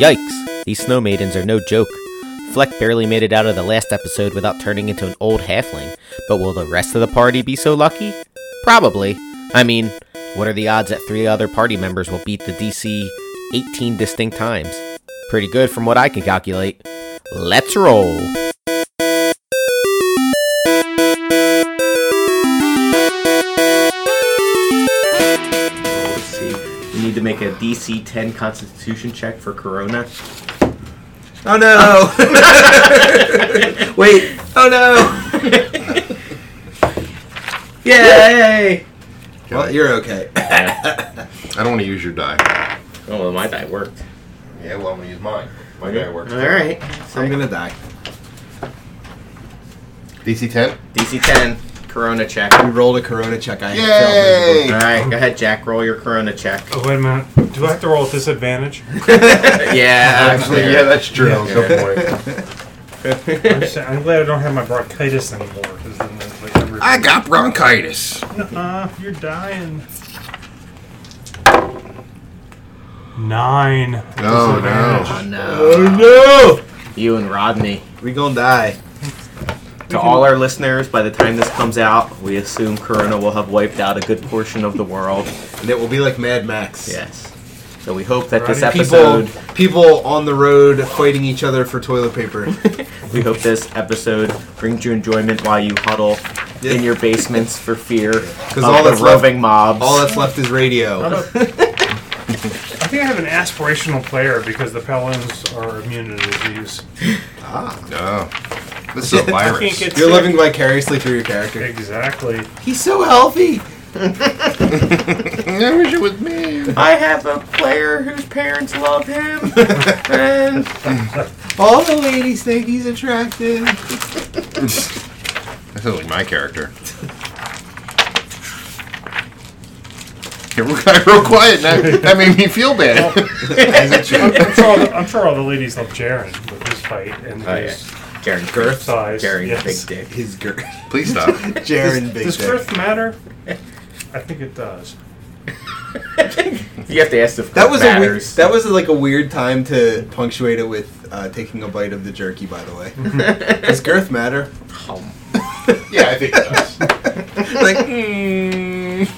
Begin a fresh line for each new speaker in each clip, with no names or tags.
Yikes! These snow maidens are no joke. Fleck barely made it out of the last episode without turning into an old halfling, but will the rest of the party be so lucky? Probably. I mean, what are the odds that three other party members will beat the DC 18 distinct times? Pretty good from what I can calculate. Let's roll! Let's see. We need to make a DC 10 constitution check for Corona.
Oh no!
Wait!
oh no!
Yay!
Well, you're okay.
I don't want to use your die.
Oh, well, my die worked.
Yeah, well, I'm gonna use mine. My die works.
All right.
So I'm gonna die.
DC 10.
DC 10, Corona check.
We
All
rolled a Corona check. I
Yay!
right, go ahead, Jack. Roll your Corona check.
Oh, wait a minute. Do I have to roll with disadvantage?
yeah,
Actually, yeah, that's true. I was hoping for it.
I'm, just- I'm glad I don't have my bronchitis anymore. 'cause then that's like every-
I got bronchitis.
Nuh-uh, you're dying. Nine.
No,
Oh,
no.
no.
Oh, no!
You and Rodney.
We gonna die.
To all our listeners, by the time this comes out, we assume Corona will have wiped out a good portion of the world.
And it will be like Mad Max.
Yes. So we hope that this
Rodney,
episode,
People, people on the road fighting each other for toilet paper.
we hope this episode brings you enjoyment while you huddle
Yeah.
in your basements for fear of
all
the
that's left-
roving mobs.
All that's left is radio.
I think I have an aspirational player because the Pelons are immune to disease.
No. This is a
I can't
virus.
get
You're
sick.
living vicariously through your character.
Exactly.
He's so healthy.
I wish it was me.
I have a player whose parents love him, and
All the ladies think he's attractive.
That sounds like my character. Yeah, we're kind of real quiet now. That made me feel bad.
I'm, I'm sure all the, I'm sure all the ladies love Jaren with his fight and
Oh,
his
Jaron
Girth
size.
Jaron
yes.
Big Dick.
His girl.
Please stop.
Jaren Big
Does
Dick.
girth matter? I think it does.
You have to ask if
That was a weird,
matters.
that was like a weird time to punctuate it with uh, taking a bite of the jerky. By the way, does girth matter?
yeah, I think it does.
Like, mm.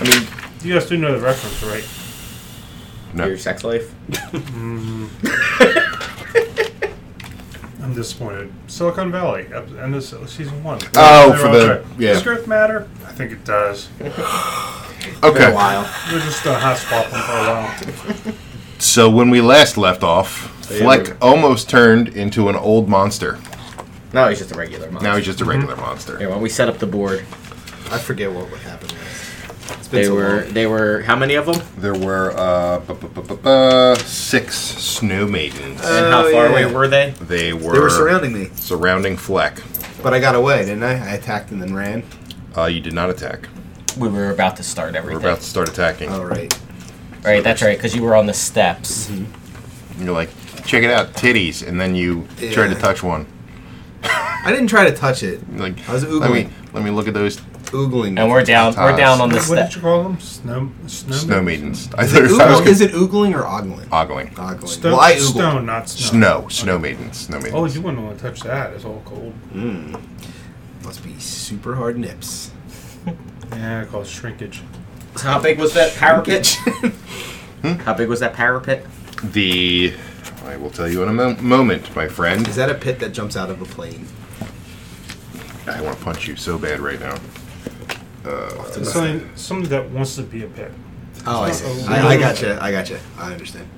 I mean,
You guys do know the reference, right?
No.
your sex life.
I'm disappointed. Silicon Valley, ep- end of se- season one.
Oh,
They're
for
all
the-
right.
yeah.
Does girth matter? I think it does.
Been a
Okay.
while.
We're just a hot swap them for a while.
So when we last left off, Fleck almost turned into an old monster.
No, he's just a regular monster.
Now he's just a regular monster.
Here, when we set up the board,
I forget what would happen. Next. It's been
they
so
were
long.
they were how many of them?
There were uh, bu- bu- bu- bu- bu- six snow maidens.
and how
Oh,
far
yeah.
away were they?
they were
They were surrounding me,
surrounding Fleck.
but I got away, didn't I? I attacked and then ran.
Uh, you did not attack.
We were about to start
We're
everything.
about to start attacking.
All right.
right, that's right, because you were on the steps.
Mm-hmm. And You're like, check it out, titties, and then you try
Yeah.
to touch one.
I didn't try to touch it.
You're like,
I was
let me
oogling.
let me look at those
Oogling.
And we're down we're down on the
What did
steps.
you call them? Snow, snow,
snow maidens. I
Is it,
thought I was
oogling, is it Oh, oogling or ogling?
ogling.
Ogling.
Stone,
well, I oogled.
stone, not snow.
Snow, snow maidens, snow maidens.
Oh, you wouldn't want to touch that. It's all cold.
Must be super hard nips.
Yeah, I call it shrinkage.
How big was that parapet? How big was that parapet?
The I will tell you in a mo- moment, my friend.
Is that a pit that jumps out of a plane?
I want to punch you so bad right now.
It's something, something that wants to be a pit.
Oh, I see.
Uh-oh.
I, I gotcha. I gotcha. I understand.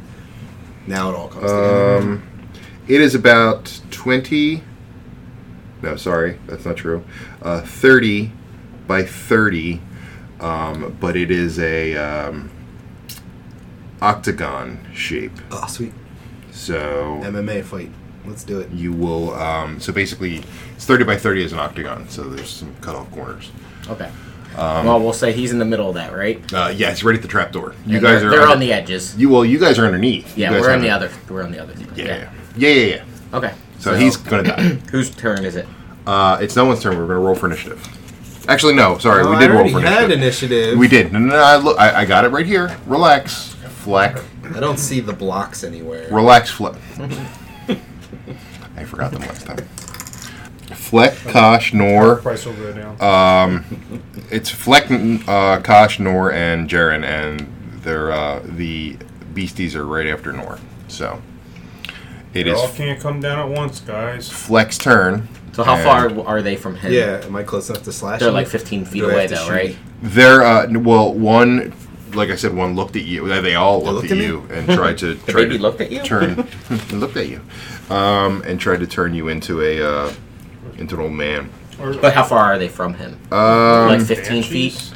Now it all
Uh,
comes together.
It is about 20. No, sorry, that's not true. Uh, 30 by 30, um, but it is a um, octagon shape.
Oh, sweet.
So
MMA fight. Let's do it.
you will. Um, so basically, it's 30 by 30 is an octagon, so there's some cut off corners.
Okay.
Um,
well, we'll say he's in the middle of that, right?
Uh, yeah, it's right at the trapdoor. You
And
guys
they're,
are
they're
under-
on the edges.
You well, you guys are underneath. You
yeah,
guys
we're on
haven't-
the other. We're on the other. side.
Yeah, yeah, yeah. yeah, yeah.
Okay.
So, he's gonna die.
whose turn is it?
Uh, it's no one's turn. We're gonna roll for initiative. Actually, no. Sorry,
Oh,
we did
I
roll
already
for
had
initiative.
initiative.
We did. No, no, no I, look, I, I got it right here. Relax. Fleck.
I don't see the blocks anywhere.
Relax, Fleck. I forgot them last time. Fleck, Kosh, Nor.
Price will go down.
Uh, It's Fleck, uh, Kosh, Nor, and Jaren, and they're uh, the beasties are right after Nor. So it
They
is
all can't come down at once, guys.
Fleck's turn.
So how
and
far are they from him?
Yeah, am I close enough to slash?
They're
him?
like 15 feet
Do I have
away,
to
though,
shoot?
right?
They're uh, n- well, one, like I said, one looked at you. They all looked,
looked
at,
at me?
you and tried to.
The
tried
baby
to
looked at you?
Turn looked at you, um, and tried to turn you into a uh, into an old man.
Or,
But how far are they from him?
Um,
like 15 feet?
Banshees?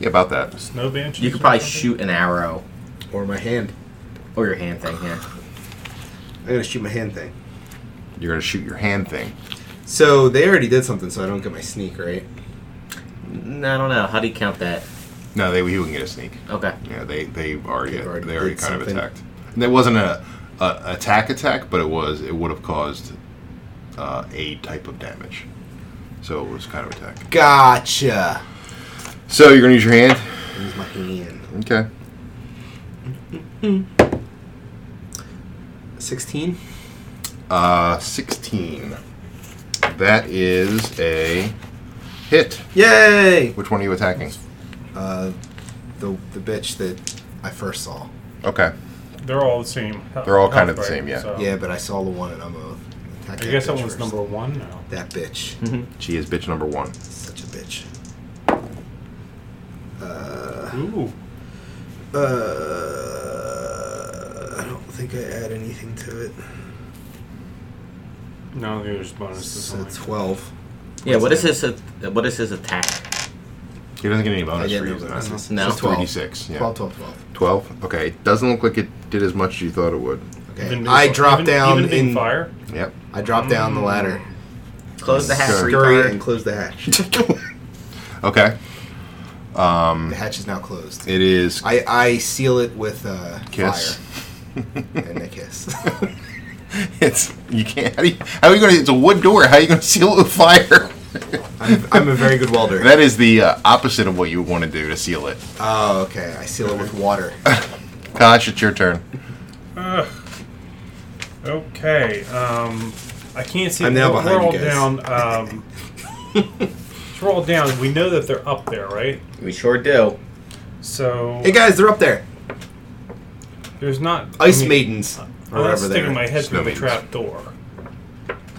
yeah, about that.
Snow banshees.
You could
or
probably
something?
shoot an arrow
Or my hand.
or your hand thing, yeah.
I'm gonna shoot my hand thing.
You're gonna shoot your hand thing.
So they already did something, so I don't get my sneak, right?
Mm, I don't know. How do you count that?
No, they he wouldn't get a sneak.
Okay.
Yeah, they they already
They already
they already
did
kind of
something.
attacked. And it wasn't a, a attack attack, but it was it would have caused uh, a type of damage. So it was kind of attack.
Gotcha.
So you're gonna use your hand.
Use my hand.
Okay.
Sixteen.
Uh, 16. That is a hit.
Yay!
Which one are you attacking?
Uh, the the bitch that I first saw.
Okay.
They're all the same.
They're all kind
Health
of the
rate,
same, yeah.
Oh.
so-
Yeah, but I saw the one, and I'm a.
I guess that one's number one now.
That bitch.
She is bitch number one.
Such a bitch.
Ooh.
Uh, I don't think I add anything to it.
No, there's bonuses.
So
only.
twelve.
Yeah, what is his uh, what is his attack?
He doesn't get any
I
bonus
get
for
no
using that.
bonuses.
No.
So 12.
3d6, yeah.
12, 12, 12.
12? Okay. It doesn't look like it did as much as you thought it would.
Okay.
Even
I
being-
drop
even-
down
even being
in
fire.
Yep.
I drop down the ladder.
Mm. Close the hatch
Sure.
three
Scurry
times.
and close the hatch.
Okay. Um,
The hatch is now closed.
It is
I, I seal it with uh,
kiss.
fire and a kiss.
It's you can't. How, do you, how are you going to? It's a wood door. How are you going to seal it with fire?
I'm, I'm a very good welder.
that is the uh, opposite of what you want to do to seal it.
oh, okay. I seal it with water.
Kosh, it's your turn.
Ugh. Okay. Um, I can't see.
I'm now
we're,
behind
we're all
you guys.
down. Um, so we're all down. We know that they're up there, right?
We sure do.
So
Hey guys, they're up there.
there's not I
Ice
mean,
maidens. Or
I'm not
whatever they
Oh, sticking
are.
my head through the
Snowmaidens.
trap door.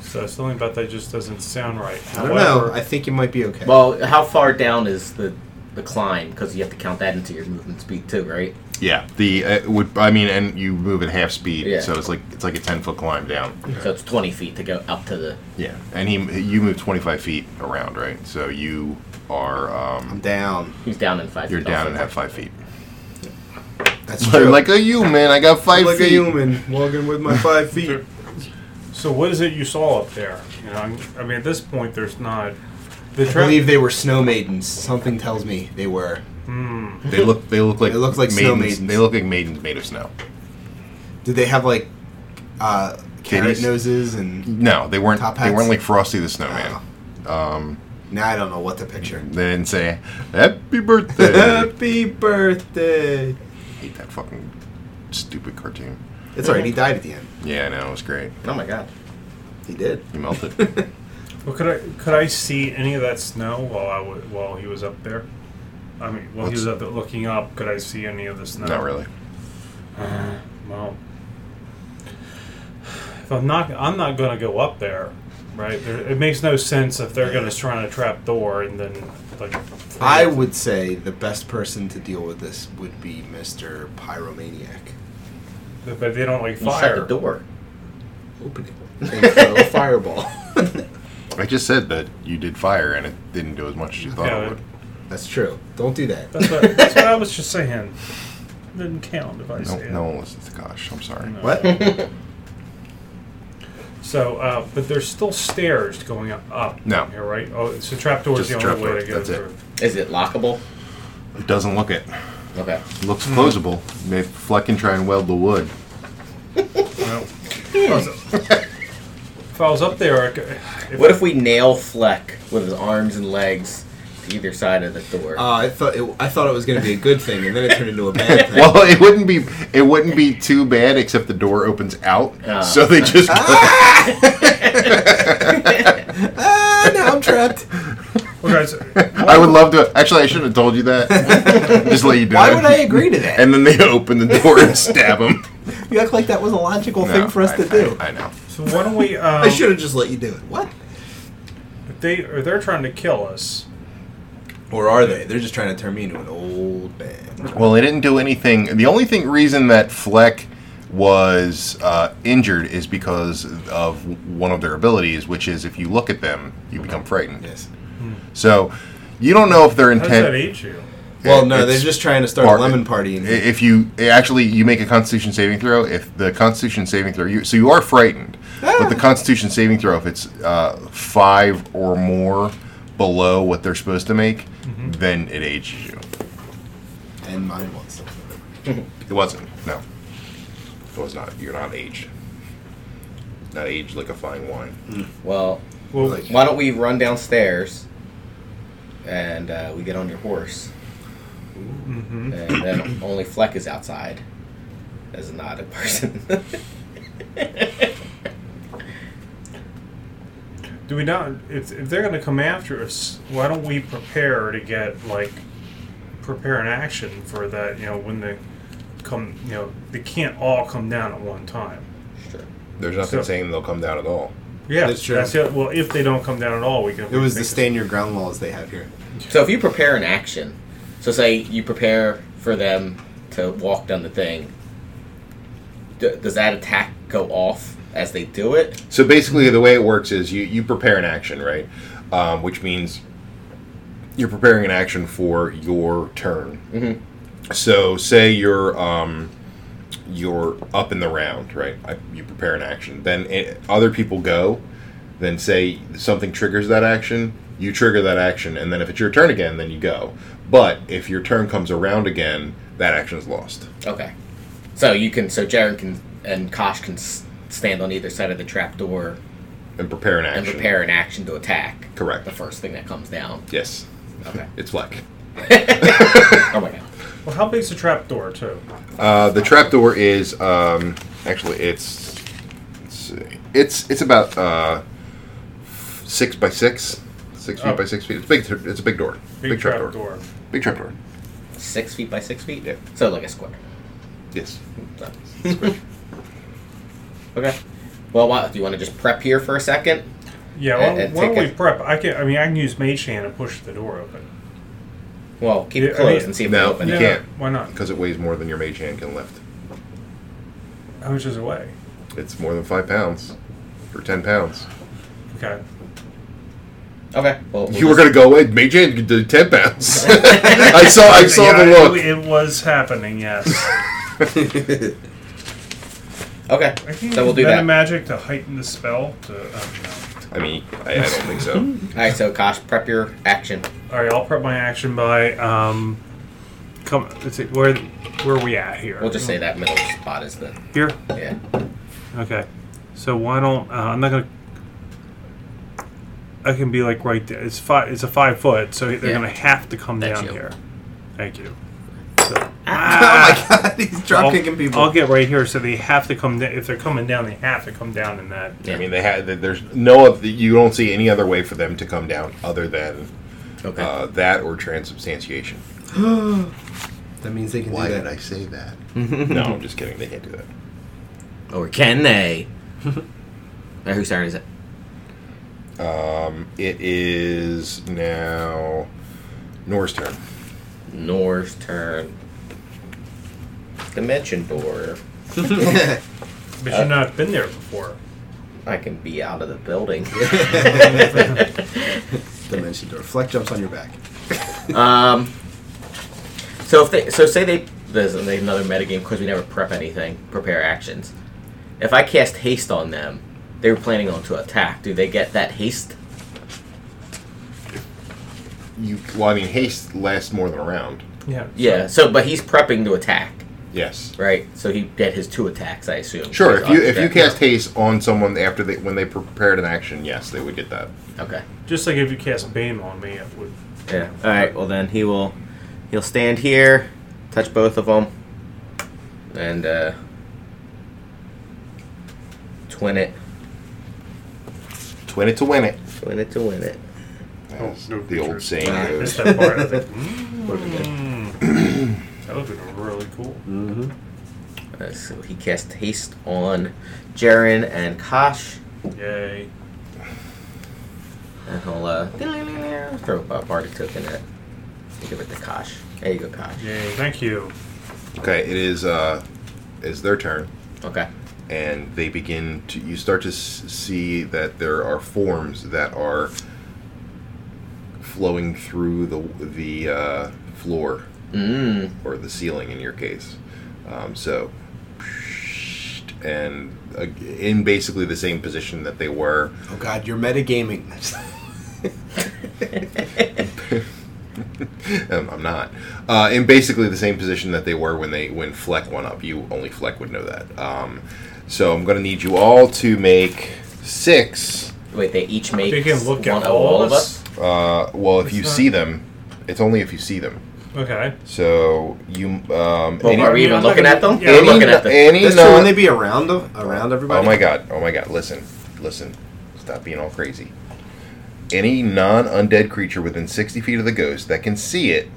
So something about that just doesn't sound right.
I don't know. I think you might be okay.
Well, how far down is the the climb? Because you have to count that into your movement speed too, right?
Yeah, the uh, it would I mean, and you move at half speed,
Yeah.
so it's like it's like a ten foot climb down.
So it's 20 feet to go up to the.
Yeah, and he you move twenty five feet around, right? So you are um,
I'm down.
He's down in five.
you're
feet
down
also.
and have five feet.
That's true.
like a human, I got
I'm
five
like
feet.
a human walking with my five feet.
So what is it you saw up there? You know, I'm, I mean, at this point, there's not. The
I
trap.
believe they were snow maidens. Something tells me they were.
They look they look like
They look like snow maidens.
They look like maidens made of snow.
Did they have like uh, carrot
Kitties?
noses and?
No, they weren't.
Top
They
hats? Oh.
weren't like Frosty the Snowman. Um,
Now I don't know what to picture.
They didn't say "Happy Birthday."
Happy birthday!
I hate that fucking stupid cartoon.
It's alright. He died at the end.
Yeah, I know it was great.
Oh my god.
He did.
You melted.
Well, could I could I see any of that snow while I wa while he was up there? I mean, while he was up there looking up, could I see any of the snow? Uh,
Not really.
Well, if I'm not, I'm not going to go up there, right? There, it makes no sense if they're going to try a trap door and then like.
I would say the best person to deal with this would be Mr. Pyromaniac.
But they don't like
You shut the
fire.
door.
Open it and throw a fireball.
I just said that you did fire, and it didn't do as much as you thought
Yeah,
it would.
That's true. Don't do that.
That's what, that's what I was just saying. Didn't count if I
No,
said.
no one listens to Kosh. I'm sorry.
No.
What?
So, uh, but there's still stairs going up. up
No.
Here, right? Oh, so trap door is
Just
the
trap
only way
door,
to go
that's it.
through.
Is it lockable?
It doesn't look it.
Okay.
Looks
Hmm.
closable. Maybe Fleck can try and weld the wood.
Well, if
Uh,
I was- if I was up there, I could- if
What if we nail Fleck with his arms and legs to either side of the door.
Uh, I thought it, I thought it was going to be a good thing, and then it turned into a bad thing.
Well, it wouldn't be it wouldn't be too bad except the door opens out,
Ah.
so they just
ah, now I'm trapped.
Well, guys,
I would love to. Actually, I shouldn't have told you that. Just let you know.
Why would I agree to that?
And then they open the door and stab him.
you act like that was a logical
No,
thing for us
I-
to
I-
do.
I, know.
so why don't we? Um,
I should have just let you do it. What?
if They or they're trying to kill us.
Or are they? They're just trying to turn me into an old man.
Well, they didn't do anything. The only thing reason that Fleck was uh, injured is because of one of their abilities, which is if you look at them, you become frightened.
Yes.
So you don't know if their
How does
intent.
that age you?
Well, no, they're
It's-
just trying to start
Bar-
a lemon party. In
I-
here.
If you actually you make a Constitution saving throw, if the Constitution saving throw, you so you are frightened, but the Constitution saving throw, if it's uh, five or more below what they're supposed to make, then it ages you.
and mine was.
It wasn't. No, it was not. You're not aged. Not aged like a fine wine.
well,
Well,
Like-
why don't we run downstairs and uh, we get on your horse?
mhm.
And then only Fleck is outside as not a person.
do we not? If, if they're going to come after us, why don't we prepare to get like prepare an action for that? You know, when they come, you know, they can't all come down at one time.
sure.
There's nothing
So-
saying they'll come down at all.
Yeah,
That's true.
it. Well, if they don't come down at all, we can.
It was the
state.
stand your ground laws they have here.
So if you prepare an action, so say you prepare for them to walk down the thing, d- does that attack go off as they do it?
So basically, the way it works is you, you prepare an action, right? Um, which means you're preparing an action for your turn.
Mm-hmm.
So say you're um, you're up in the round, right? I, you prepare an action. Then it, other people go. Then say something triggers that action. You trigger that action, and then if it's your turn again, then you go. But if your turn comes around again, that action's lost.
Okay. So you can, so Jaren can, and Kosh can s- stand on either side of the trap door
And prepare an action.
and prepare an action to attack
Correct.
the first thing that comes down.
Yes,
Okay.
it's black.
oh my god.
Well, how big's the trap door too?
Uh, the trapdoor is um, actually it's let's see, it's it's about uh, six by six, six feet
Oh.
by six feet. It's a big. It's a big door.
Big, trap, door.
Big trapdoor.
Six feet by six feet?
Yeah.
So like a square.
Yes.
So. okay. Well, why, do you want to just prep here for a second?
Yeah.
And-
Well,
and
why don't
take
we
a-
prep? I can. I mean, I can use mage hand and push the door open.
Well, keep
Yeah,
it
I
closed
mean-
and see if
No,
they open.
You
yeah,
it.
can't.
Why not?
Because it weighs more than your mage hand can lift.
How much is it weigh?
It's more than five pounds, or ten pounds.
Okay.
Okay. Well, we'll
you were
just-
gonna go away. Mage hand can do ten pounds. I saw. I saw
Yeah,
the
I-
look.
It was happening. Yes.
Oh
Okay.
I can
So we'll
use
do
meta
that.
magic to heighten the spell. To, um,
I mean, I, I don't think so.
All right. So, Kosh, prep your action.
all right, I'll prep my action by um, come. Let's see, where where are we at here?
We'll just say that middle spot is the
here.
yeah.
Okay. So why don't uh, I'm not gonna. I can be like right there. It's five. It's a five foot, so they're
Yeah.
gonna have to come
That's
down
you.
here. Thank you. ah!
oh my god, he's drop
I'll,
kicking people.
I'll get right here, so they have to come down. If they're coming down, they have to come down in that.
Yeah.
I mean, they had. There's no. oth- You don't see any other way for them to come down other than
Okay.
uh, that or transubstantiation.
that means they can
Why
do
did
that.
I say that? no, I'm just kidding. They can't do that.
or can they? Who whose turn is it?
Um, it is now Nora's turn.
Nor's turn. Dimension door.
But you've not been there before.
I can be out of the building.
Dimension door. Fleck jumps on your back. Oh
Um. So if they, so say they, there's another metagame because we never prep anything, prepare actions. If I cast haste on them, they were planning on to attack. Do they get that haste?
You, well, I mean, haste lasts more than a round.
Yeah.
Yeah. So, but he's prepping to attack,
Yes.
right? So he get his two attacks, I assume.
Sure. If
Because
you
I'll
if you
do that.
cast haste on someone after they when they prepared an action, yes, they would get that.
Okay.
Just like if you cast Bane on me, it would
Yeah. All right. Well, then he will. He'll stand here, touch both of them, and uh, twin it.
Twin it to win it.
Twin it to win it.
That's
Oh, no
the
picture.
old saying
Ah.
Missed
goes.
that part. I think,
Would've been-
mm, "Hmm." that would have been really cool.
Mm.
Mm-hmm.
Uh, so he cast haste on Jaren and Kosh,
Yay.
and he'll uh, throw a party token at. Give it to Kosh. There you go, Kosh.
Yay. Thank you.
Okay, it is uh, it's their turn,
Okay.
and they begin to. You start to s- see that there are forms that are flowing through the the uh, floor
Mm.
or the ceiling in your case. Um, so, and uh, in basically the same position that they were
Oh God, you're metagaming.
um, I'm not. Uh, in basically the same position that they were when they when Fleck went up. You only Fleck would know that. Um, so I'm gonna need you all to make six.
Wait, they each make
They can look
one
at all,
of us.
Uh, well, if
It's
you
not-
see them, it's only if you see them.
Okay.
So you um,
Well,
any,
are we even
I'm not
looking
gonna-
at them?
yeah,
We're
any,
looking at them.
any
That's
non-
true. Wouldn't they be around them? Around everybody?
Oh my god! Oh my god! Listen, listen! Stop being all crazy. Any non-undead creature within 60 feet of the ghost that can see it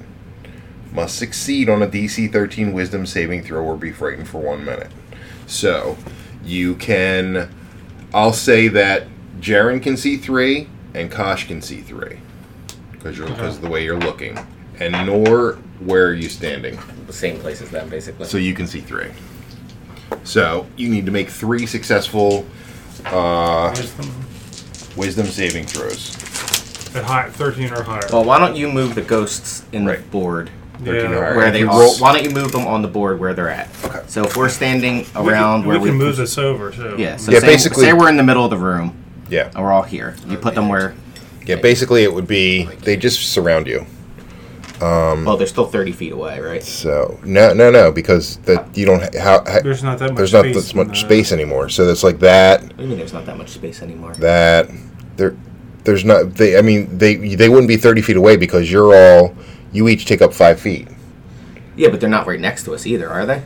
must succeed on a DC 13 Wisdom saving throw or be frightened for one minute. So you can. I'll say that Jaren can see three and Kosh can see three because you're because of the way you're looking, and Nor, where are you standing?
The same place as them, basically.
So you can see three. So you need to make three successful
Ah.
uh,
Wisdom
wisdom saving throws.
At high, 13 or higher.
well, why don't you move the ghosts in the
Right.
board
Thirteen
Yeah.
or higher.
where
If
they
you
are?
roll-
Why don't you move them on the board where they're at?
Okay.
So if we're standing
We can-
around
we
where
can,
we
move this over too.
Yeah. So
Yeah,
say,
basically-
say we're in the middle of the room
Yeah.
and we're all here. You put them where?
Yeah. Basically, it would be they just surround you. Um,
Well, they're still thirty feet away, right?
So no, no, no, because that you don't ha- ha-
There's not that much.
there's not
space
this
in
much
the-
space anymore. So that's like that.
What do you mean? There's not that much space anymore.
that there there's not they i mean they they wouldn't be 30 feet away because you're all you each take up five feet
Yeah, but they're not right next to us either, are they?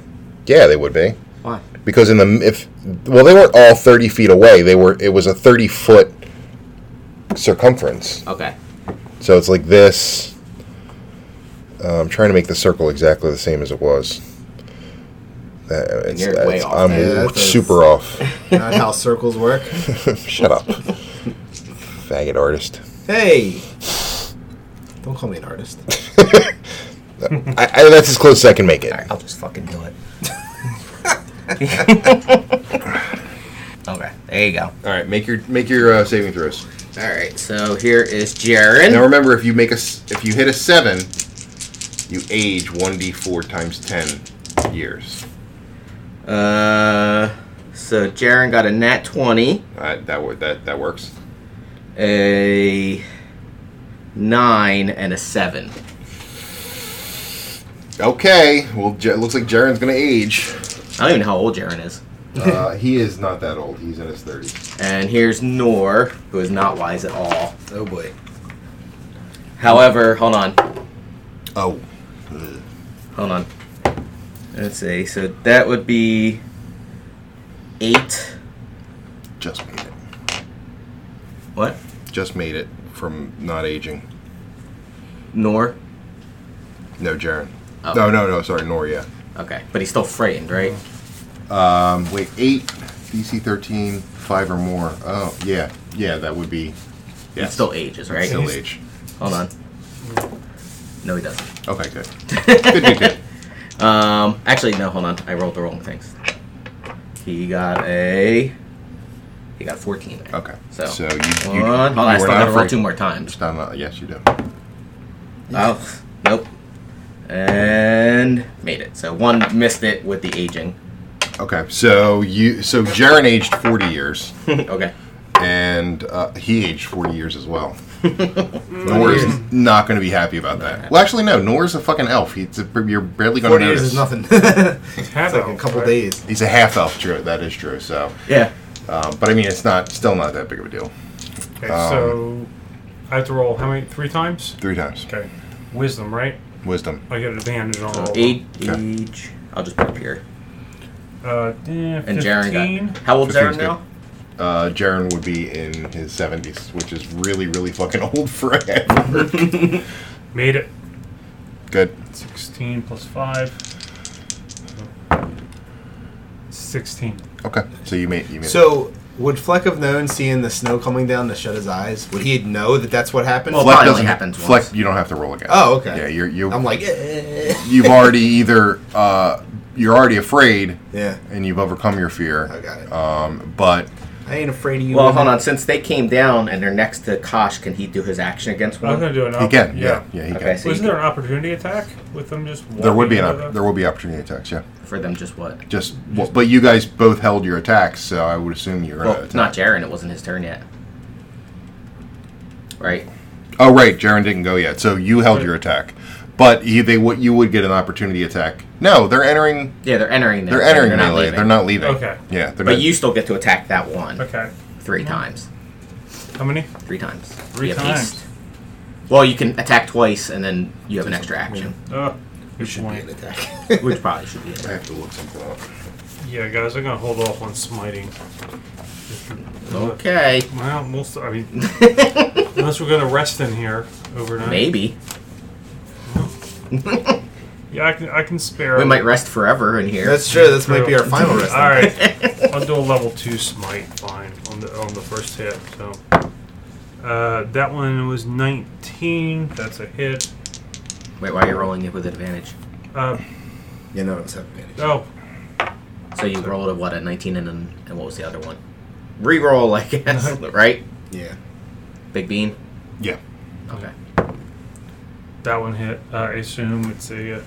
yeah they would be
Why?
because in the if well they weren't all 30 feet away they were it was a 30 foot circumference
Okay.
so it's like this uh, i'm trying to make the circle exactly the same as it was that, it's,
You're
that's-
way off.
i'm
Yeah, that's-
super off
Not how circles work.
shut up faggot artist
Hey, don't call me an artist.
I, I, that's as close as i can make it
I'll just fucking do it. okay. There you go.
All right, make your make your uh, saving throws.
All right. So here is Jaren.
Now remember, if you make a s- if you hit a seven, you age one d four times ten years.
Uh, so Jaren got a nat 20,
Uh, that wor- that that works.
a 9, and a 7.
Okay, well, J- looks like Jaren's gonna age.
I don't even know how old Jaren is.
Uh, he is not that old. He's in his thirties.
And here's Nor, who is not wise at all.
Oh boy.
However, hold on.
Oh,
Hold on. Let's see. So that would be 8.
just made it.
What?
Just made it from not aging.
Nor?
No, Jaren.
Oh.
No, no, no. Sorry, Noria.
Okay. But he's still frightened, right?
Um, wait, eight, DC 13, five or more. Oh, yeah, yeah. That would be.
He still ages, right?
Still age.
Hold on. No, he doesn't.
Okay, good. good, good, good.
Um, actually, no. Hold on. I rolled the wrong things. He got a. He got fourteen.
Okay.
So-
so you, you,
One. Hold on. I
you were
still
not
got to roll
afraid.
two more times.
Stand up. Yes, you do.
Oh, nope. And made it. So one missed it with the aging.
Okay. So you so Jaren aged forty years,
okay.
and uh, he aged forty years as well. Nor is not going to be happy about that. Well, actually, no. Nor is a fucking elf. He's a, you're barely going
Forty
to
years
notice.
is nothing. it's
Half
like a
elf,
couple
right?
days.
He's a half elf. True, that is true. So,
Yeah.
um, but I mean, it's not still not that big of a deal.
Okay, so I have to roll how many? Three times?
Three times.
Okay. Wisdom, right?
Wisdom.
I get advantage on all
So
of them.
eight
Oh, Okay.
each. I'll just put up here.
Uh, eh,
And
15.
Jaren got. How old's Jaren
15's
now?
Uh, Jaren would be in his 70s, which is really, really fucking old for a half.
Made it.
Good.
16 plus 5. 16.
Okay. So you made you made
So, would Fleck have known seeing the snow coming down to shut his eyes? Would he know that that's what happened?
Well,
Fleck
Finally
doesn't
happens
Fleck,
once.
you don't have to roll again.
Oh, okay.
Yeah, you're you.
I'm like, eh.
you've already either uh, you're already afraid,
yeah,
and you've overcome your fear.
I got it.
Um, but
I ain't afraid of you.
Well,
women.
hold on. Since they came down and they're next to Kosh, can he do his action against
I'm
one?
going to do an
he
opp-
can. Yeah, yeah, he
Okay,
can.
so-
Wasn't there an opportunity attack with them just
there would be an
walking into
opp- there will be opportunity attacks. Yeah,
For them, just what?
just well, but you guys both held your attacks, so I would assume you're
Well,
gonna
it's
attack.
not Jaren. It wasn't his turn yet. Right?
Oh right, Jaren didn't go yet, so you held your attack. But you, they would you would get an opportunity attack. No, they're entering.
Yeah, they're entering. There,
They're entering
They're not
melee.
leaving.
They're not leaving.
Okay.
Yeah, they're
But
not-
you still get to attack that one
Okay.
three times.
How many?
Three times.
Three
You have
times.
haste. Well, you can attack twice, and then you have an extra action,
Uh, good
Should be
point.
an attack.
which probably should be it.
I have to look something up.
Yeah, guys, I'm going to hold off on smiting.
Okay.
Well, most, I mean, unless we're going to rest in here overnight.
Maybe
Yeah, I can, I can spare.
we might rest forever in here.
that's true. This might be our final rest.
All right, I'll do a level two smite. Fine on the on the first hit. So uh, that one was 19. That's a hit.
Wait, why are you rolling it with advantage?
Uh,
You know what's happening.
oh,
So you rolled a what a 19 and then and what was the other one? Reroll, I guess. right?
Yeah.
Big bean.
Yeah.
Okay.
that one hit. Uh, I assume it's a uh,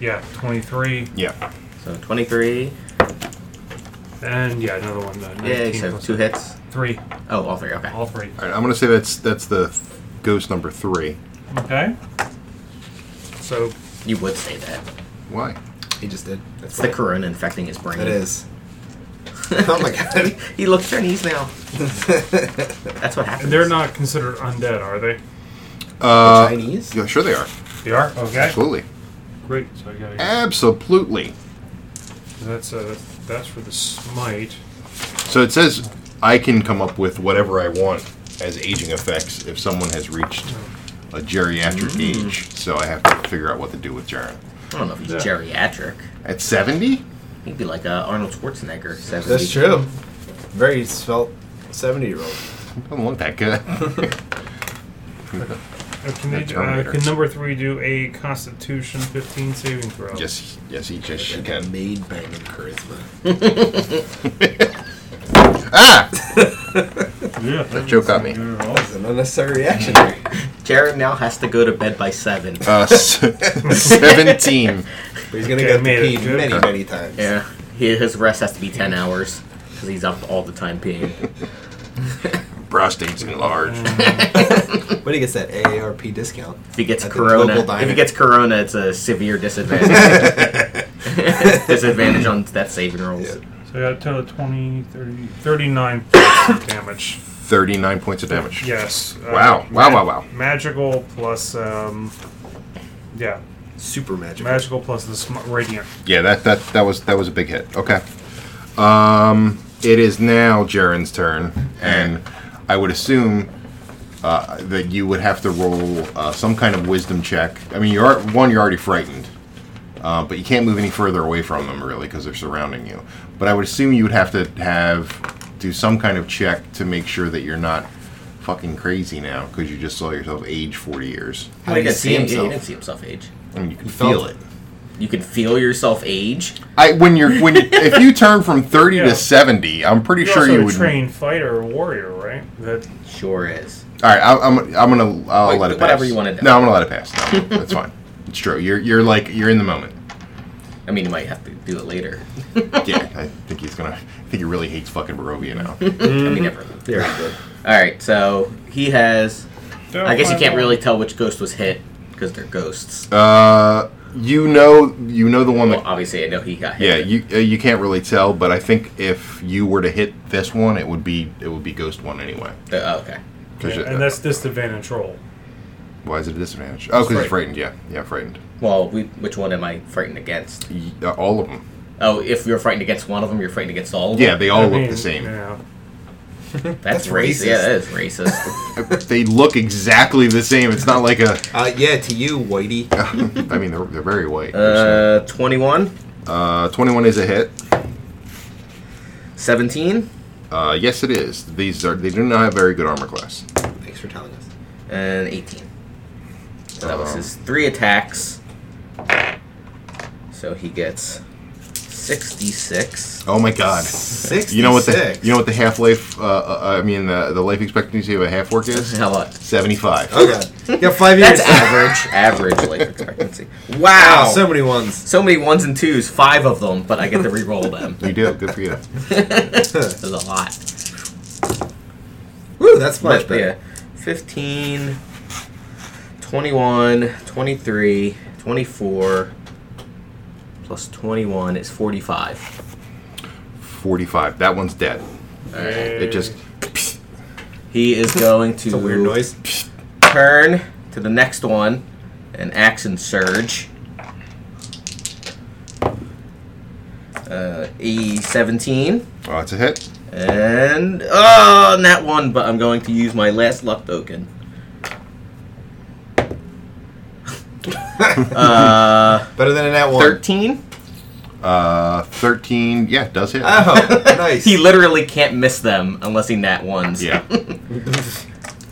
yeah 23.
Yeah.
So 23.
And yeah, another one. Uh, 19
Yay. So
plus
two hits.
Three.
Oh, all three. Okay.
All three.
All right. I'm gonna say that's that's the th- ghost number three.
Okay. So
You would say that.
Why?
He just did.
It's
That's
the
what
corona infecting his brain.
it is. Oh my god.
he looks Chinese now. That's what happens.
and they're not considered undead, are they?
Uh,
Chinese?
yeah, sure they are.
They are. Okay.
Absolutely.
Great. So I got.
Uh. Absolutely.
That's uh, that's for the smite.
So it says I can come up with whatever I want as aging effects if someone has reached a geriatric age. So I have to figure out what to do with Jaren.
I don't know if he's
Yeah.
geriatric.
At 70?
He'd be like uh, Arnold Schwarzenegger. 70.
That's true. Very svelte 70 year old.
Doesn't look that good.
Uh, Can,
The
they, do- uh,
Terminator.
can number three do a Constitution 15 saving throw?
yes, yes, he just she
Got
can.
Made banging charisma.
Ah!
Yeah, that
joke got me.
That's an unnecessary reaction there.
Mm-hmm.
Jared now has to go to bed by seven.
Uh, s- 17.
But he's gonna
Okay,
get
made it.
peed
Good.
many, many times.
yeah. He, his rest has to be ten hours because he's up all the time peeing.
Prostate's enlarged.
But he gets that AARP discount.
If he gets
At the
corona,
local
if
diner.
he gets corona, it's a severe disadvantage. disadvantage on death saving rolls.
So I got a total of 20, 30, 39 points of damage.
39 points of damage.
Yes. uh,
Wow, wow, wow, wow.
Magical plus, um, yeah,
Super magic.
magical plus the sm- radiant.
Yeah, that that that was that was a big hit. Okay. Um, it is now Jaren's turn, and I would assume uh, that you would have to roll uh, some kind of wisdom check. I mean, you're one, you're already frightened, uh, but you can't move any further away from them really because they're surrounding you. But I would assume you would have to have do some kind of check to make sure that you're not fucking crazy now because you just saw yourself age 40 years.
How did he see
him, you
himself?
didn't see himself age.
I mean, you can
felt
feel
it.
it.
You can feel yourself age.
I when you're when you, if you turn from thirty
Yeah.
to seventy, I'm pretty
You're
sure
also
you
a
would.
trained fighter or warrior, right? That
Sure is.
All right, I, I'm I'm gonna I'll
Wait,
let it pass.
whatever you wanna do.
No, I'm gonna let it pass. No, that's fine. It's true. You're you're like you're in the moment.
I mean, you might have to do it later.
Yeah, I think he's gonna. I think he really hates fucking Barovia now.
I
Mm-hmm.
mean, never. All
Very good.
right, so he has. I guess you can't really tell which ghost was hit because they're ghosts.
Uh, you know you know the one
Well,
that.
obviously, I know he got
Yeah,
hit.
you uh, you can't really tell, but I think if you were to hit this one, it would be it would be Ghost one anyway.
The- oh, okay.
'Cause you-
and that's disadvantage roll.
why is it a disadvantage? Oh, because it's frightened.
Frightened.
Yeah, yeah, frightened.
Well, we, which one am I frightened against?
Y- uh, all of them.
Oh, if you're frightened against one of them, you're frightened against all of them.
Yeah, they all
I
look
mean,
Oh, the same.
Yeah.
that's,
That's
racist.
racist.
Yeah, that is racist.
They look exactly the same. It's not like a.
Uh, yeah, to you, Whitey.
I mean, they're, they're very white.
uh, 21,
Uh, 21 is a hit.
17,
Uh, yes, it is. These are they do not have very good armor class.
Thanks for telling us.
and 18. So that was
Um,
his three attacks. So he gets 66.
Oh my god.
Sixty-six.
You know what the you know what the half life uh, uh, I mean uh, the life expectancy of a half orc is
How much?
seventy five.
Oh god. You got five years.
That's average. average life expectancy. Wow.
Wow, so many ones.
So many ones and twos, five of them, but I get to re-roll them.
You do good for you.
That's a lot.
Woo, that's much
But,
better.
Yeah. 15, 21, 23, 24, plus 21 is 45.
Forty five. That one's dead. It just
He is going to
It's a weird noise.
turn to the next one and action surge. Uh, E17.
oh, it's a hit.
And oh, not one, but I'm going to use my last luck token. uh,
Better than an at one.
thirteen.
Uh, thirteen. Yeah, it does hit.
Oh, nice.
He literally can't miss them unless he nat ones.
Yeah.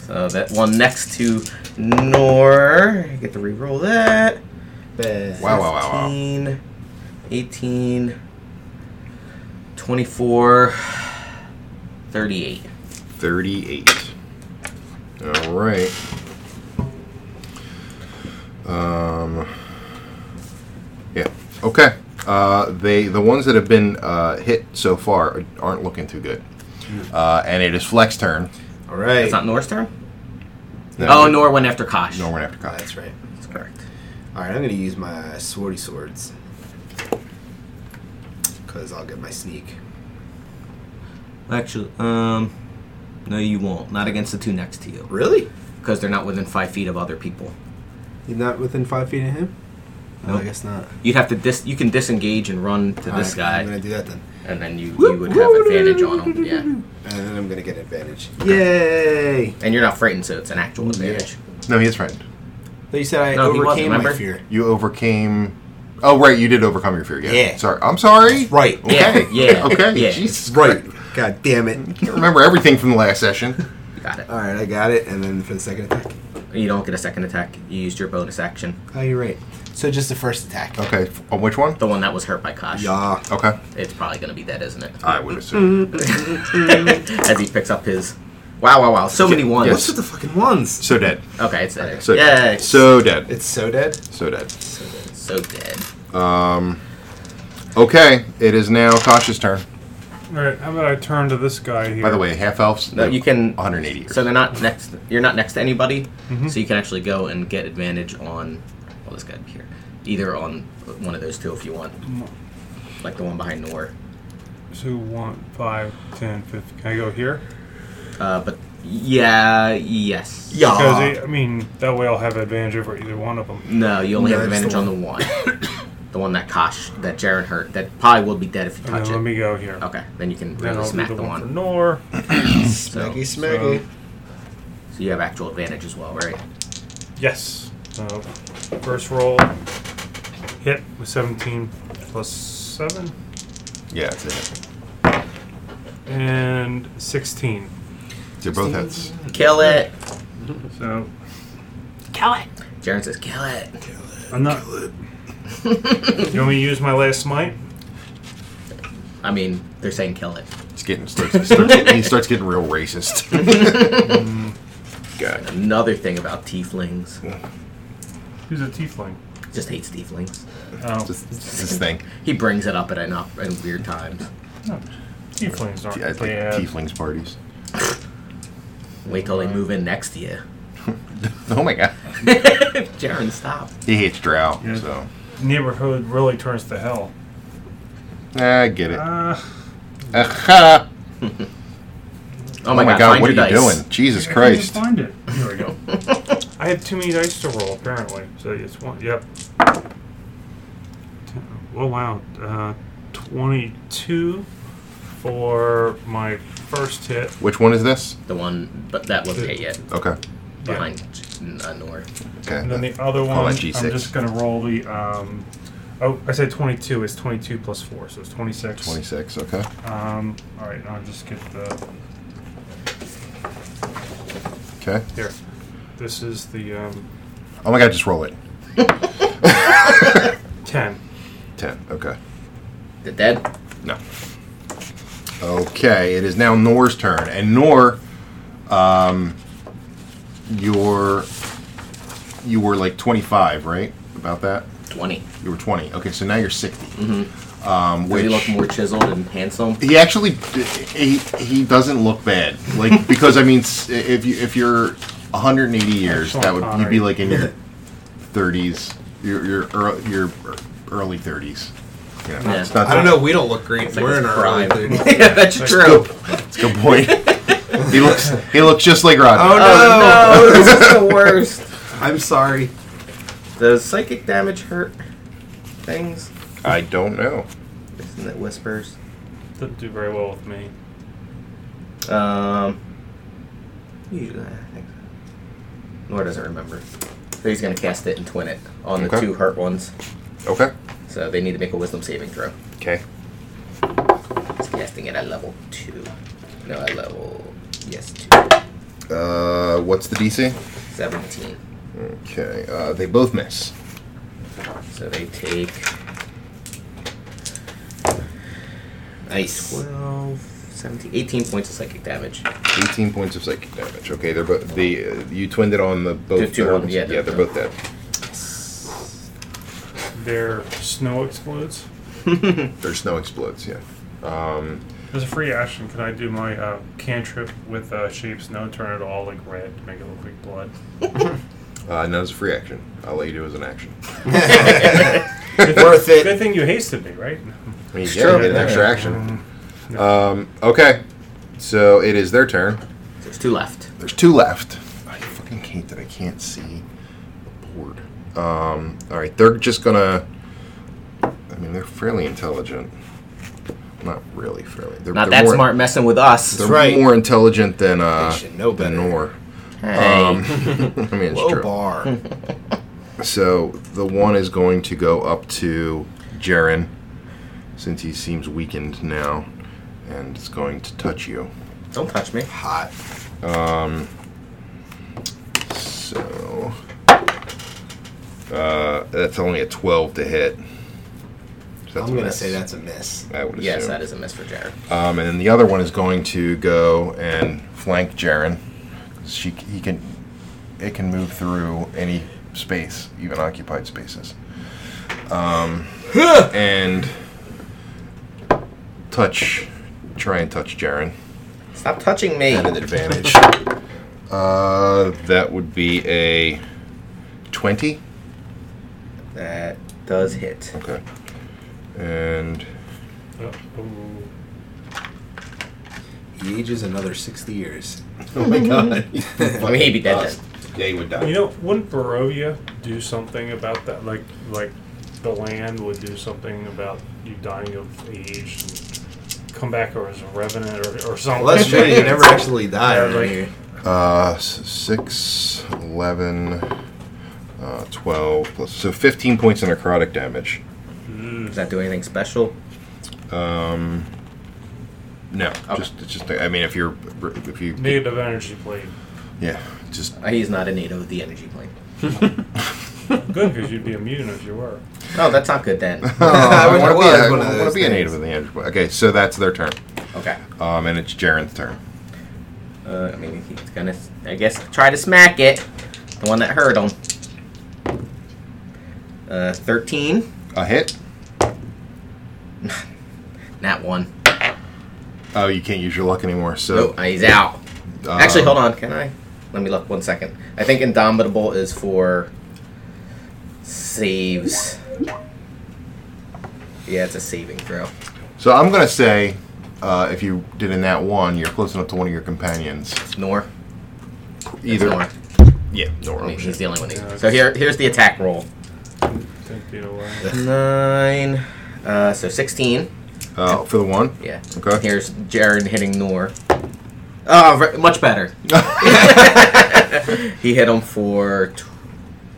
So that one next to Nor, I get to re-roll that.
Bad.
Wow, wow, wow, wow.
15, 18, 24, 38.
Thirty eight. All right. Um. Yeah. Okay. Uh, they the ones that have been uh, hit so far aren't looking too good.
Hmm.
Uh, and it is Flex turn.
All right.
It's not Nor's turn?
No,
oh, Nor went after Kosh.
No, we're after Kyle.
Oh, That's right.
That's correct.
All right, I'm gonna use my swordy swords because I'll get my sneak.
Actually, um, no, you won't. Not against the two next to you,
Really?
because they're not within five feet of other people.
You're not within five feet of him? No,
Nope.
I guess not.
You'd have to dis. You can disengage and run to this
Alright, I'm
guy,
gonna do that then,
and then you, you would have advantage on him. Yeah,
and then I'm gonna get advantage. Yay!
and you're not frightened, so it's an actual advantage.
No, he is frightened.
Though you said I
No, he wasn't,
overcame my
remember?
fear.
You overcame. Oh right, you did overcome your fear. Yeah.
Yeah.
Sorry. I'm sorry.
Right.
Okay.
Yeah, yeah,
Okay.
yeah.
Jesus.
Right.
Christ.
God damn it!
Can't remember everything from the last session.
Got it.
All right, I got it. And then for the second attack.
You don't get a second attack. You used your bonus action.
Oh, you're right. So just the first attack.
Okay. f- On which one?
The one that was hurt by Kosh.
Yeah.
Okay.
It's probably gonna be that, isn't it?
I would assume.
As he picks up his. Wow! Wow! Wow! So many ones.
What's with the fucking ones?
So dead.
Okay, it's dead.
So
Yay!
dead. So dead.
It's so dead.
So dead. Um,
so dead.
Okay. It is now Kasha's turn.
All right. How about I turn to this guy here?
By the way, half elves.
No,
live
you can.
180 years.
So they're not next. You're not next to anybody,
Mm-hmm.
so you can actually go and get advantage on. Well, this guy up here, either on one of those two if you want,
Mm-hmm.
like the one behind Nor.
Two, one, five, ten, fifty. Can I go here?
Uh, but yeah, yes.
Yeah.
Because I mean, that way I'll have advantage over either one of them.
No, you only
No,
have
it's
advantage
the
on the one, the one that Kosh, that Jaren hurt, that probably will be dead if you
And
touch
then let
it.
me go here.
Okay, then you can
Then
really
I'll
smack
do
the
for
one.
Nor.
So,
Smaggy,
so
smaggy.
you have actual advantage as well, right?
Yes. So, first roll hit with 17 plus 7
Yeah. It's a hit.
and 16.
They're both hits.
Kill it.
So,
Jaren says, "Kill it."
I'm not. you want me to use my last smite?
I mean, they're saying kill it.
It's getting starts, it starts getting, he starts getting real racist. God.
Another thing about tieflings,
Who's a tiefling?
just hates tieflings.
Oh,
This, this thing.
He brings it up at enough in weird times.
tieflings Hmm. aren't
Yeah, it's like
bad.
tieflings parties.
Wait till they move in next to you.
Oh my god.
Jaren, stop.
He hates Drow.
Yeah.
So.
Neighborhood really turns to hell.
I Ah, get it.
Uh,
Aha.
Oh my, god, find
what are
your
you
dice.
doing? Jesus
I couldn't
Christ.
Find it.
Here we go. I have too many dice to roll, apparently. So it's one. Yep. Oh wow, uh, twenty-two for my first hit.
Which one is this?
The one, but that wasn't it yet.
Okay.
Behind uh, Nor.
Okay.
And then the other one,
I'll
I'm
let G6.
just gonna roll the. Um, oh, I said twenty-two. It's twenty-two plus four, so it's twenty-six.
26, okay.
Um, all right, now I'll just get the
Okay.
here. This is the um,
Oh my god, just roll it.
ten.
10, okay.
The dead?
No. Okay, it is now Nor's turn. And Nor, um, you're, you were like 25, right? About that?
20.
You were 20. Okay, so now you're 60. Um,
Mm-hmm. Does
which
he look more chiseled and handsome?
he actually he, he doesn't look bad like because i mean s- if you if you're 180 years that would you'd be like in your 30s your your ear- your early 30s yeah,
Yeah.
it's not
I don't
that-
know. We don't look great.
like
We're in
his
our early
prime.
30s.
yeah, that's true.
it's a good point he looks he looks just like roger
Oh,
Oh no, this is the worst.
I'm sorry.
Does psychic damage hurt things?
i don't know
Isn't it whispers?
Doesn't do very well with me.
Um, usually, I think so. Nor doesn't remember. So he's gonna cast it and twin it on the
Okay.
two hurt ones.
okay
So they need to make a wisdom saving throw.
okay
He's casting it at level two. No, at level yes, two.
uh what's the dc
seventeen.
okay uh they both miss
So they take. Nice. 12, 17, 18 points of psychic damage.
18 points of psychic damage okay they're both the uh, you twinned it on the both
The two
the-
ones, yeah,
yeah
they're
they're
both-
both dead
Their snow explodes.
their snow explodes yeah Um,
As a free action, can I do my uh, cantrip with uh, shape snow and turn it all like red to make it look like blood?
Uh, no, it's a free action. I'll let you do it as an action.
Worth
Good
it.
thing you hasted me, right?
I mean,
true.
yeah, you get an extra action. Um, okay, so it is their turn.
There's two left.
There's two left. I fucking hate that I can't see the board. Um, all right, they're just gonna. I mean, they're fairly intelligent. Not really fairly. They're,
Not
they're
that
more,
smart messing with us.
They're
right.
more intelligent than uh,
They should know
than
better.
Nor.
Hey.
Um, I mean, it's
Low
true.
bar.
So the one is going to go up to Jaren, since he seems weakened now, and it's going to touch you.
Don't touch me.
Hot.
So uh, that's only a twelve to hit. So that's
I'm
a
gonna
miss,
say that's a miss.
I would
Yes,
assume.
that is a miss for Jared.
Um, and then the other one is going to go and flank Jaren. She he can it can move through any space, even occupied spaces. Um, and touch try and touch Jaren
Stop touching me.
at an advantage. Uh, that would be a twenty.
That does hit.
Okay. And
Uh, ooh.
He ages another 60 years.
oh my god.
I mean, he'd be dead then.
Yeah, he would die.
You know, wouldn't Barovia do something about that? Like, like the land would do something about you dying of age and come back or as a revenant or, or something.
Well, that's true. You never actually die.
Yeah, like-
right here.
Uh, s- 6, 11, uh, 12, plus, so 15 points of necrotic damage.
Hmm.
Does that do anything special?
Um, No, just, it's just, I mean, if you're, if you,
Negative energy blade.
yeah, just,
Uh, He's not a native of the energy plane.
Good, because you'd be immune if you were.
Oh, that's not good then.
I wish I
wanna be
was
a-
one of
wanna
those
be a native
things.
of the Andrew. Okay, so that's their turn.
Okay.
Um, and it's Jaren's turn.
Uh, I mean, he's gonna, I guess, try to smack it. The one that hurt him. Uh, 13.
A hit?
Not one.
Oh, you can't use your luck anymore, so.
Nope, uh, he's out.
um,
Actually, hold on. Can I? Let me look one second. I think Indomitable is for saves. Yeah, it's a saving throw.
So I'm going to say uh, if you did in that one, you're close enough to one of your companions.
Nor.
Either
Nor.
Yeah,
I
nor.
mean, he's the only one. that-
Yeah.
So here, here's the attack roll.
Think the other way.
Nine. Uh, so sixteen.
Uh, for the one.
Yeah.
Okay.
Here's Jared hitting Nor. Oh, ver- much better. he hit him for tw-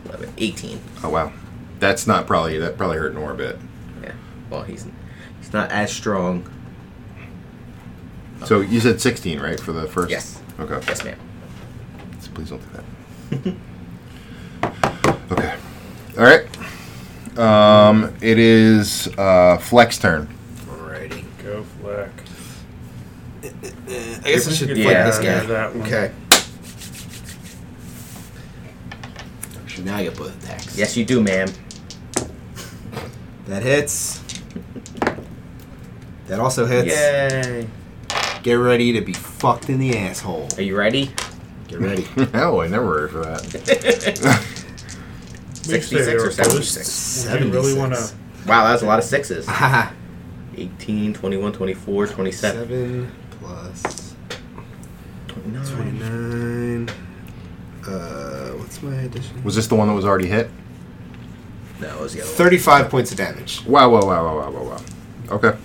11, 18.
Oh wow, that's not probably that probably hurt Nor a bit.
Yeah. Well, he's he's not as strong.
So you said 16, right, for the first?
Yes.
Okay.
Yes, ma'am.
So please don't do that. okay. All right. Um, it is uh, Flex turn.
Alrighty.
Go Fleck.
I guess I should
Get
Yeah,
Fleck
this
out of
guy.
That one.
Okay. Should now get both attacks.
Yes, you do, ma'am.
That hits. That also hits.
Yay.
Get ready to be fucked in the asshole.
Are you ready?
Get ready.
oh, I never heard for that.
We say
66 or
our
76?
ghosts. We really want to.
Wow, that's a lot of sixes.
Haha.
18, 21, 24, 27.
Seven plus
29.
twenty-nine. Uh, what's my addition?
Was this the one that was already hit?
No, it was the other one.
Thirty-five points of damage.
Wow, wow, wow, wow, wow, wow, wow. Okay.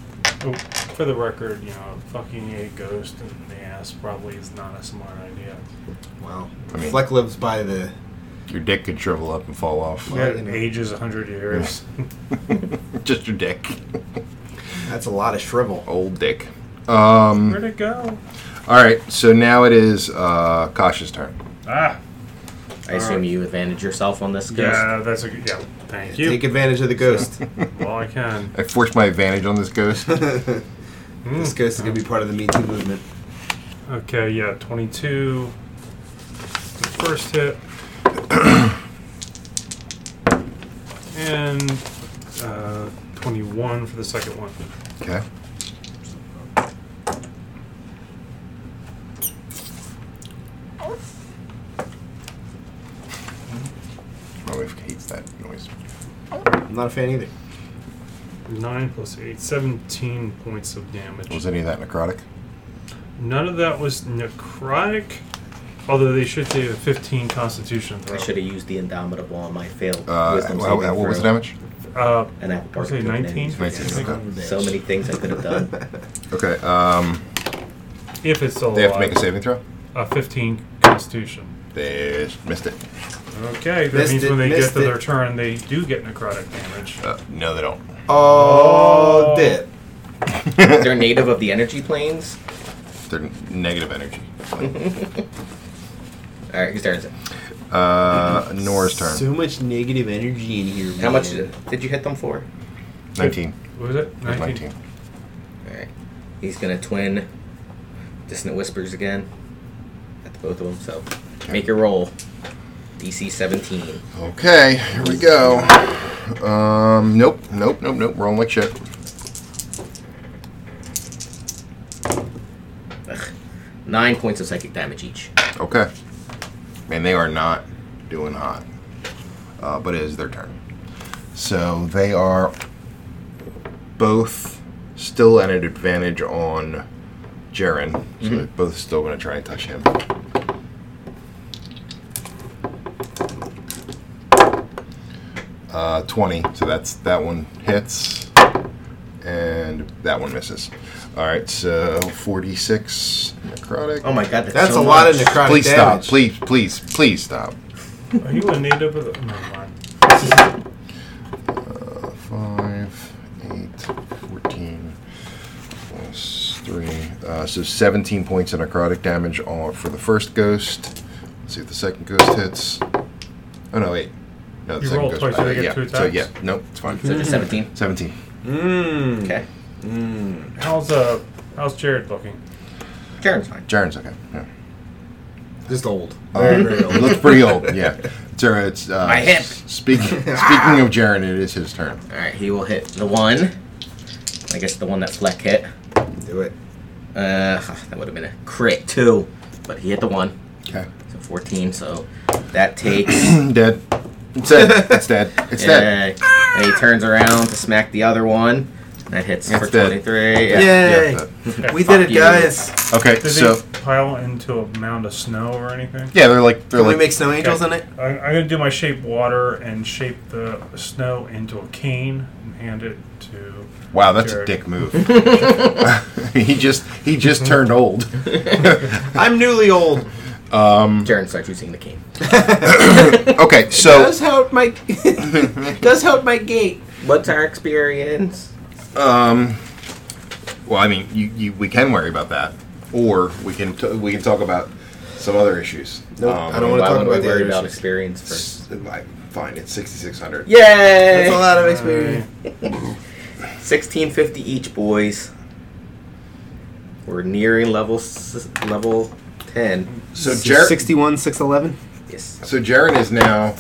Oh, for the record, you know, fucking a ghost in the ass probably is not a smart idea.
Wow.
I mean-
Fleck lives by the.
Your dick could shrivel up and fall off.
Yeah,
Well, you know.
ages 100 years.
Just your dick.
That's a lot of shrivel.
Old dick. Um,
Where'd it go?
all right, so now it is uh, Kasha's turn.
Ah,
I assume you advantage yourself on this ghost.
yeah, that's a yeah. Thank you.
Take advantage of the ghost.
All I can.
I forced my advantage on this ghost.
this ghost
Hmm.
is gonna be part of the Me Too movement.
Okay, yeah, 22. The first hit. and uh, 21 for the second one.
okay. My wife hates Oh, that noise.
I'm not a fan either.
9 plus 8, 17 points of damage.
Was any of that necrotic?
None of that was necrotic, although they should take a 15 constitution
I
throw.
should have used the indomitable on my failed
Uh,
wisdom
what,
saving
what was the
throw.
damage?
Uh,
And apple
was
bark
it
to an
19?
end.
19, okay.
So many things I could have done.
Okay. Um,
if it's still
they have to
alive.
make a saving throw.
a 15 constitution.
They missed it.
Okay, that
Missed
means
it,
when they get
missed
to their
it.
turn, they do get necrotic damage.
Uh, no, they don't.
Oh, dip.
They're native of the energy planes.
They're n- negative energy.
All right, whose turn is it?
Uh, Nora's turn.
So much negative energy in here.
How much
man.
did you hit them for?
19.
What was it?
19.
All right, he's gonna twin dissonant whispers again at the both of them. So make your roll. DC 17.
Okay, here we go. Um, nope, nope, nope, nope. Rolling like shit.
Ugh. Nine points of psychic damage each.
Okay. Man, they are not doing hot. Uh, but it is their turn. So they are both still at an advantage on Jaren. So they're both still going to try and touch him. Uh, 20. So that's that one hits. And that one misses. All right, so 46 necrotic.
Oh my god, that's,
That's
so
a lot of
much.
necrotic
Please
damage.
stop. Please, please, please stop.
Are you a native of the. oh Never mind.
Uh, 5, 8, 14, plus 3. Uh, so 17 points of necrotic damage on, for the first ghost. Let's see if the second ghost hits. Oh, no, wait. No, the
You
second
rolled
ghost.
twice, so
uh,
they get
yeah.
two
So,
attacks?
yeah. Nope, it's fine.
So just 17.
17.
Mmm.
Okay.
Mmm.
How's, uh, how's Jared looking?
Jaren's fine.
Jaren's okay. Yeah.
Just old.
Uh,
Very, very old.
looks pretty old, yeah. Jaren, it's, uh,
My hip.
Speaking, speaking of Jaren, it is his turn.
All right, he will hit the one. I guess the one that Fleck hit.
Do it.
Uh, that would have been a crit too, but he hit the one,
Okay.
so 14. So that takes. uh,
dead. It's dead. It's dead. It's dead.
Yay. And he turns around to smack the other one. That hits
That's
for
dead.
23. Yeah.
Yay!
Yeah,
we did it,
Fuck you.
guys.
that- okay,
Does
so
they pile into a mound of snow or anything?
yeah, they're like they're
Can we
like
make snow angels in it?
I, I'm gonna do my shape water and shape the snow into a cane and hand it to.
wow, that's
Jared.
a dick move. he just he just turned old.
I'm newly old.
Jaren starts using the cane.
Okay, so
help my does help my gate. What's our experience?
um, well, I mean, you, you we can worry about that, or we can t- we can talk about some other issues.
Nope,
um,
I don't wanna
Why
talk
would
about
we
the
worry
other
about
issues.
experience first?
s- I- Fine, it's sixty six hundred.
Yay!
That's a lot of experience.
1650 each, boys. We're nearing level s- level 10.
So Jared,
61, 611.
Yes.
so Jared is now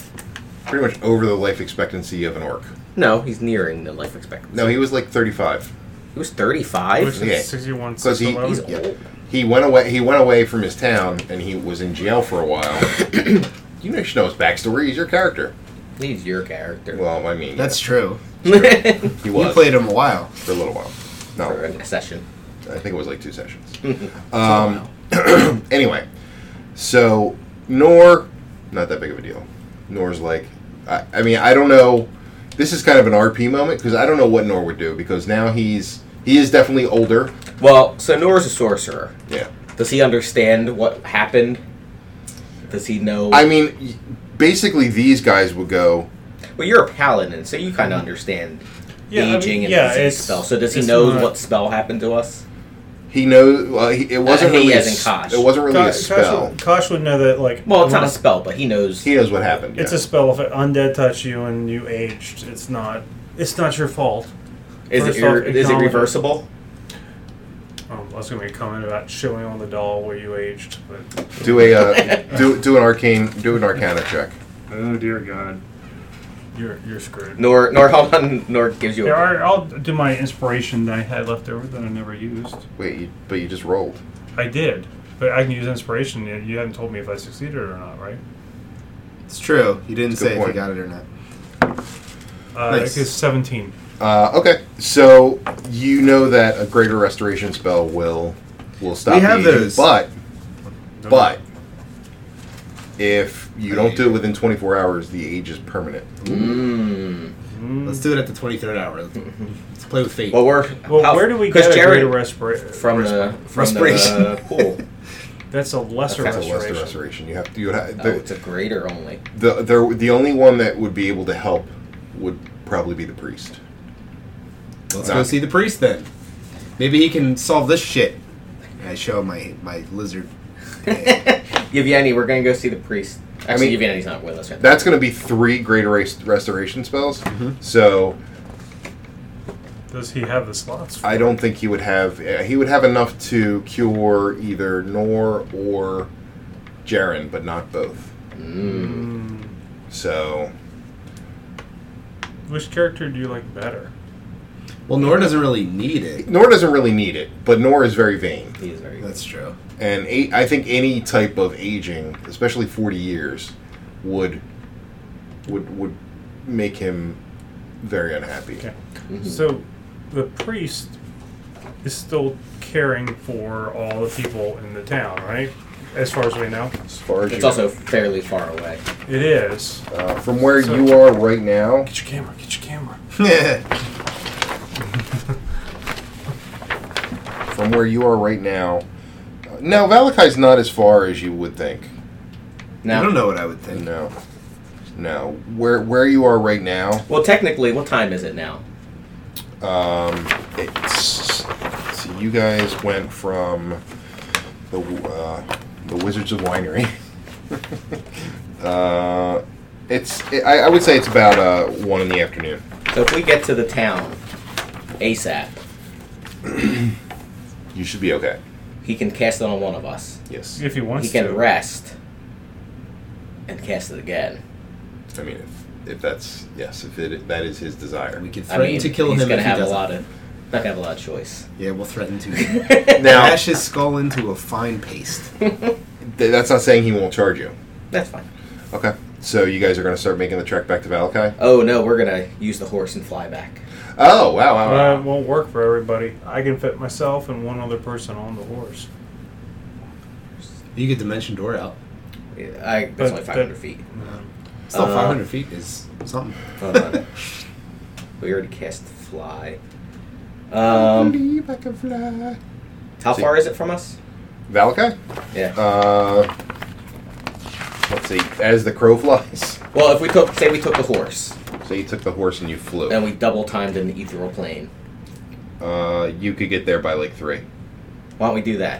pretty much over the life expectancy of an orc.
No, he's nearing the life expectancy.
No, he was like thirty five.
He was
Which
35.
is
Okay.
61,
Because he,
611.
He's old.
he went away. He went away from his town, and he was in jail for a while. you know, you should know his backstory. He's your character.
He's your character.
Well, I mean,
That's true.
he
You
was
played him a while.
for a little while.
For
No,
a session.
I think it was like two sessions. um, anyway, so Nor, not that big of a deal. Nor's like, I, I mean, I don't know. This is kind of an RP moment because I don't know what Nor would do because now he's he is definitely older.
Well, so Nora's a sorcerer.
Yeah.
Does he understand what happened? Does he know?
I mean, y- basically, these guys would go.
well, you're a paladin, so you kind of understand
Mm-hmm. Yeah, I mean,
aging and
yeah,
disease
it's-
spell. So does he
it's
know
not-
what spell happened to us?
He knows. Well, he, it wasn't
Uh, he
really. a
as in
s-
Kosh.
It wasn't really a
Kosh, Kosh,
spell.
would, Kosh would know that, like.
Well, it's not a
when-
spell, but he knows.
He knows what happened.
It's
yeah.
a spell. If undead touch you and you aged, it's not. It's not your fault.
is it
first
ir-
off,
is it
acknowledge-
reversible?
Um, I was gonna make a comment about showing on the doll where you aged, but
do a uh, do do an arcane do an arcana check.
oh dear God, you're you're screwed.
Nor nor hold on, nor gives you.
Yeah,
A,
I- I'll do my inspiration that I had left over that I never used.
Wait, you, but you just rolled.
I did, but I can use inspiration. You- You haven't told me if I succeeded or not, right?
It's true. You didn't
It's a good
say if you
point.
got it or not.
Uh,
Nice.
It's seventeen.
Uh, okay, so you know that a greater restoration spell will will stop.
We have
the aging,
those.
but
No.
but if you don't do it within 24 hours, the age is permanent.
Mm.
Mm.
Let's do it at the 23rd hour. Let's play with fate.
Well, we're
Well,
how-
where do we
'cause
get a
Jared
greater respiration?
from the from the
respiration.
pool?
That's a lesser
That's a
restoration.
lesser restoration. You have to. You would have,
Oh,
the,
it's a greater only.
the, the the only one that would be able to help would probably be the priest.
Let's
Nah.
go see the priest then. Maybe he can solve this shit. And I show him my my lizard.
Yevgeny, we're gonna go see the priest. Actually,
mean-
Yevgeny's not with us right now.
That's going to be three greater res- restoration spells.
Mm-hmm.
So
Does he have the slots? For
I don't think he would have. Uh, he would have enough to cure either Nor or Jaren, but not both.
Mm.
Mm.
So
Which character do you like better?
Well, Nor doesn't really need it.
Nor doesn't really need it, but Nor is very vain,
He is very.
That's true.
and a- I think any type of aging, especially forty years, would would would make him very unhappy.
Okay.
Mhm.
So, the priest is still caring for all the people in the town, right? As far as we know,
As far as
It's
you-
also fairly far away.
it is.
uh, from where
So-
you are right now.
Get your camera. Get your camera.
yeah.
from where you are right now. Uh, No, Valakai's not as far as you would think.
I don't
Now,
know what I would think.
No, no. Where where you are right now?
well, technically, what time is it now?
Um, it's so you guys went from the uh, the Wizards of Winery. uh, it's I, I would say it's about uh, one in the afternoon.
So if we get to the town ASAP,
You should be okay.
he can cast it on one of us.
Yes.
If he
He
wants
can
to.
rest and cast it again.
I mean, if, if that's yes, if it that is his desire.
We could
I
threaten
mean,
to kill
he's
him
gonna
if
have
he
a
doesn't.
lot of not gonna have a lot of choice.
Yeah, we'll threaten to
Now
mash his skull into a fine paste.
th- that's not saying he won't charge you.
That's fine.
Okay. So you guys are going to start making the trek back to Valakai?
Oh no, we're gonna use the horse and fly back.
Oh, wow, wow, wow.
Uh, it won't work for everybody. I can fit myself and one other person on the horse.
You get dimension door out.
I, that's
But-
only
but-
500 feet.
Still,
Uh,
500 feet is something.
Hold on. we already cast fly. Um,
Believe I can fly.
how far is it from us?
Valakai?
Yeah.
Uh, let's see. As the crow flies.
Well, if we took, say, we took the horse
So you took the horse and you flew.
and we double timed an ethereal plane.
Uh, you could get there by like three.
Why don't we do that?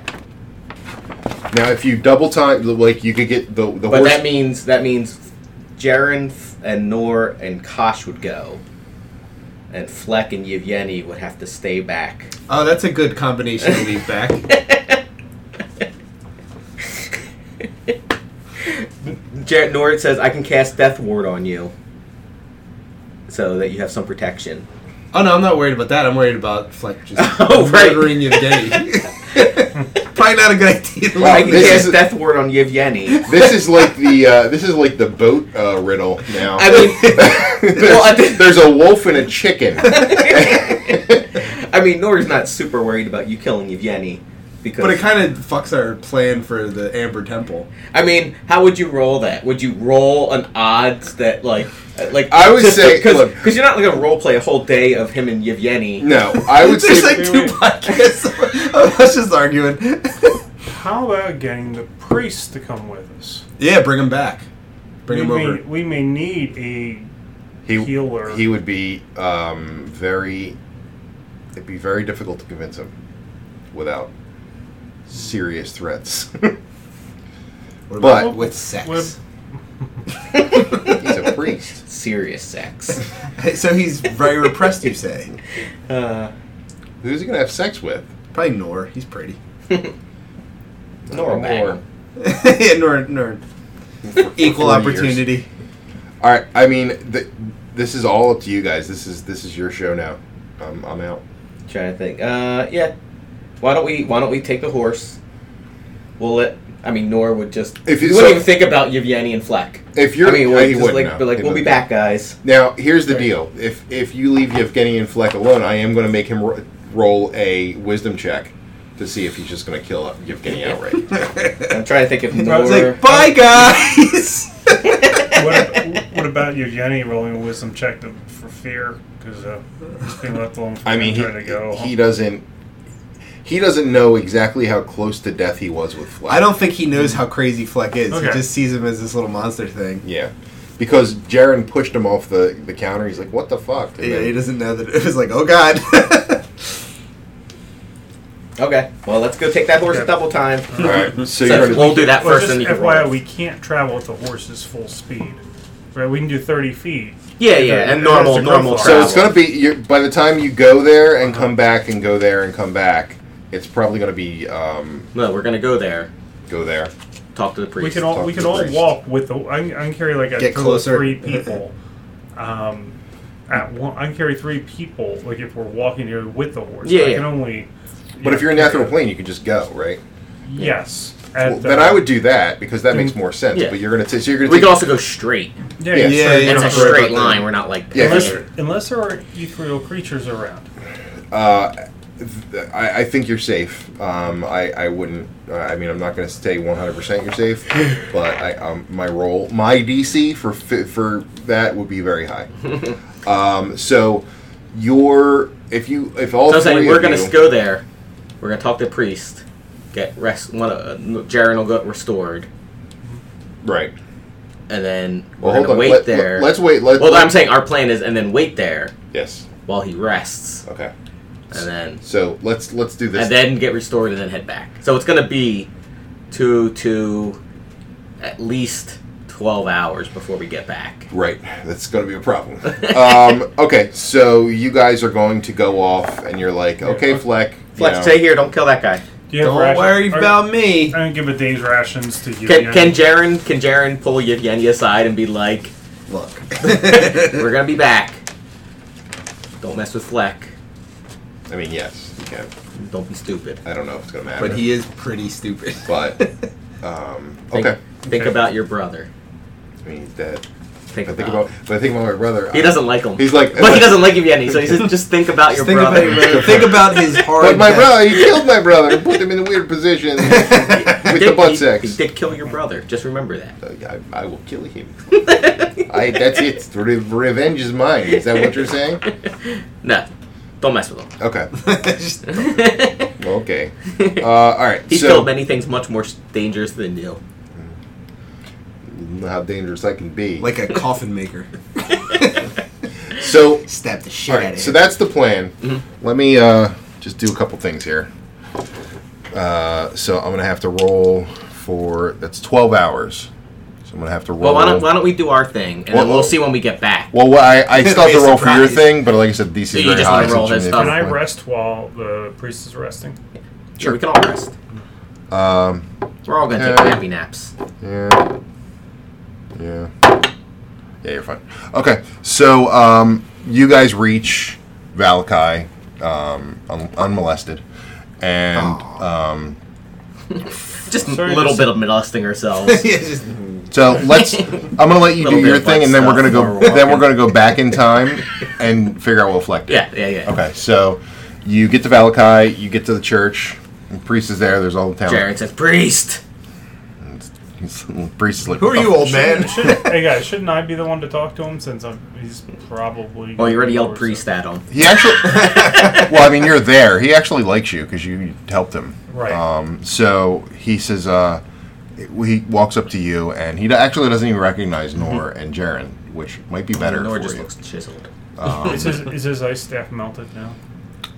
Now, if you double time, like you could get the the
But
horse.
that means that means Jaren and Nor and Kosh would go, and Fleck and Yevgeny would have to stay back.
Oh, that's a good combination to leave back.
Jared Nord says, "I can cast Death Ward on you, so that you have some protection."
Oh no, I'm not worried about that. I'm worried about Fleck just
Oh, right.
murdering Yevgeny. Probably not a good idea. to
Wow,
I
leave
can
this
cast
is-
Death Ward on Yevgeny.
this is like the uh, this is like the boat uh, riddle now.
I mean,
there's,
well, I think-
there's a wolf and a chicken.
I mean, Nor's not super worried about you killing Yevgeny because.
But it kind of fucks our plan for the Amber Temple.
I mean, how would you roll that? Would you roll an odds that like, uh, like
I would say- look-
because you're not like gonna role play a whole day of him and Yevgeny.
no, I would say
There's like two
wait.
podcasts. I was just arguing.
How about getting the priest to come with us?
yeah, bring him back. Bring
we
him
may,
over.
We may need a
he
healer.
he would be um, very. It'd be very difficult to convince him without serious threats.
What
but-
about with sex.
With-
He's a priest.
Serious sex.
So he's very repressed, you say?
Uh,
Who's he gonna have sex with?
Probably Nor. He's pretty.
Nor a
Nor.
man.
yeah, Nor. Nor. Equal
Forty years.
opportunity.
All right. I mean, th- this is all up to you guys. This is this is your show now. I'm, I'm out.
Trying to think. Uh, yeah. Why don't we? Why don't we take the horse? We'll let. I mean, Nor would just.
If
If
you-
you wouldn't
so-
even think about Yevgeny and Fleck.
If you're,
I mean,
uh,
we'll
he
just
wouldn't,
like
no.
be like,
He
we'll be
wouldn't.
back, guys.
Now, here's the deal: if if you leave Yevgeny and Fleck alone, I am going to make him ro- roll a wisdom check to see if he's just going to kill up Yevgeny outright.
I'm trying to think if
I was
Nor.
like, bye, guys.
what, what about you, Jenny, rolling a wisdom check to, for fear? Because uh, just being left alone for
I mean, he,
trying to go.
he doesn't he doesn't know exactly how close to death he was with Fleck.
I don't think he knows how crazy Fleck is.
Okay.
He just sees him as this little monster thing.
Yeah, because Jaren pushed him off the, the counter. He's like, "What the fuck?" And
Yeah,
then-
he doesn't know that it was like, oh god.
Okay. Well, let's go take that horse
Okay.
double time.
all right, so
So
you're gonna-
we'll do that
Well,
first,
just
then you can
FYI,
roll.
we can't travel at the horse's full speed. Right? We can do 30 feet.
Yeah, yeah, and
Yeah,
normal,
that's a
normal.
good
So
travel.
it's gonna be you're, by the time you go there and come back and go there and come back, it's probably gonna be um,
No, we're gonna go there.
go there.
Talk to the
We
priest.
can all
talk
we
to
can
the
all
priest.
walk with the. I can, I can carry like a
Get
total of
closer.
three people. Um, at one, I can carry three people. Like if we're walking here with the horse,
Yeah,
I
yeah.
can only.
But if you're in the ethereal plane, you could just go right.
yes.
Well,
At,
then
uh,
I would do that because that makes more sense.
Mm, Yeah.
But you're gonna t- so you're gonna
We
take-
can also go straight.
Yeah,
Yeah, yeah,
yeah, yeah.
It's
don't
a
have to worry
straight
about that.
line. We're not like
Yeah.
Unless, unless there are ethereal creatures around.
Uh, I, I think you're safe. Um, I, I wouldn't. Uh, I mean, I'm not going to say 100 percent you're safe, but I, um, my role, my DC for fi- for that would be very high. um, so, your if you if all
So I'm
three
saying
of
we're gonna
you-
go there. We're gonna talk to the priest. Get rest. One, uh, Jaren will get restored,
right.
and then we're
Well,
gonna
hold on.
wait
Let,
there.
us wait. Let,
well,
let-
I'm saying our plan is, and then wait there
yes.
while he rests,
Okay.
and then
So let's let's do this.
and then get restored, and then head back. So it's gonna be two to at least twelve hours before we get back.
Right, that's going to be a problem. um, okay, so you guys are going to go off, and you're like, okay, Fleck. you
Flex,
know,
stay here. Don't kill that guy.
Do you have
Don't
ration-
worry
or-
about me.
I don't give a day's rations to you.
Can,
yeah.
can Jaren can Jaren pull Yevgeny aside and be like,
Look.
"We're gonna be back. Don't mess with Fleck.
I mean, yes, you can.
Don't be stupid."
I don't know if it's going to matter.
but he is pretty stupid.
but um,
Think,
okay.
Think
Okay.
about your brother.
I mean, he's dead.
Think
If I think
about-
about, if I think about my brother.
He
I-
doesn't like him.
He's like-
but he doesn't like him yet. So he says, just think about your
Just think
brother.
about, your brother. think about his hard.
But my
death.
brother, he killed my brother and put him in a weird position
He
with
did-
the butt
he-
sex.
He did kill your brother. Just remember that.
I, I will kill him. I, that's it. Re- revenge is mine. Is that what you're saying?
No, don't mess with him.
Okay.
Just-
Okay. Uh, all right.
He's
so,
killed many things much more s- dangerous than you.
You know how dangerous I can be.
like a coffin maker.
so,
Stab the shit
all
out
right.
of
So
him.
that's the plan.
Mm-hmm.
Let me uh, just do a couple things here. Uh, so I'm gonna have to roll for that's 12 hours. So I'm gonna have to roll.
Well, why don't, why don't we do our thing, and
Uh, Well,
then we'll
well-
see when we get back.
Well, what I, I still have to
It's
roll for your
surprise.
thing, but like I said, DC
So
is
you
very
just
high.
wanna roll
since
his
you made
stuff.
Can I
it.
rest while the priest is resting?
Sure, we can all rest.
Um,
We're all gonna
Yeah.
take nappy naps.
yeah, yeah, yeah. You're fine. Okay, so um, you guys reach Valakai um, un- unmolested, and um,
Just a
Sorry,
little
just-
bit of molesting ourselves.
yeah, just,
so let's. I'm gonna let you do
Little bit
your
of
thing,
butt
and then we're gonna
stuff
go.
while we're
then we're
walking.
gonna go back in time and figure out what Fleck did.
yeah, yeah, yeah.
Okay, so you get to Valakai, you get to the church. The priest is there. There's all the town.
Jared says, "Priest."
priest is like,
who are you,
"Oh,
old man?
Shouldn't, hey guys, shouldn't I be the one to talk to him since I'm, he's probably.
Well, you already yelled "priest" at him.
He actually, well, I mean, you're there. He actually likes you because you helped him.
Right.
Um, so he says, uh, he walks up to you, and he actually doesn't even recognize Nor and Jaren, which might be better.
Mm-hmm. Nor
for
just
you. Um,
looks chiseled.
Is his, is his ice staff melted now?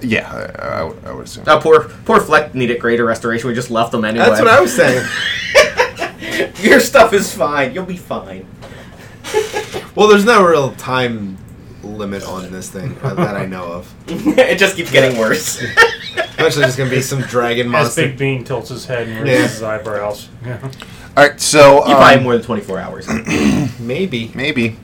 Yeah, I, I would- I would assume.
Oh, poor, poor Fleck needed greater restoration. We just left him anyway.
That's what I was saying.
Your stuff is fine. You'll be fine.
Well, there's no real time limit on this thing uh, that I know of.
it just keeps getting worse.
Eventually, there's gonna be some dragon
As
monster.
Big Bean tilts his head and raises
Yeah.
his eyebrows. Yeah.
All right, so
You buy
um,
more than 24 hours.
Maybe.
maybe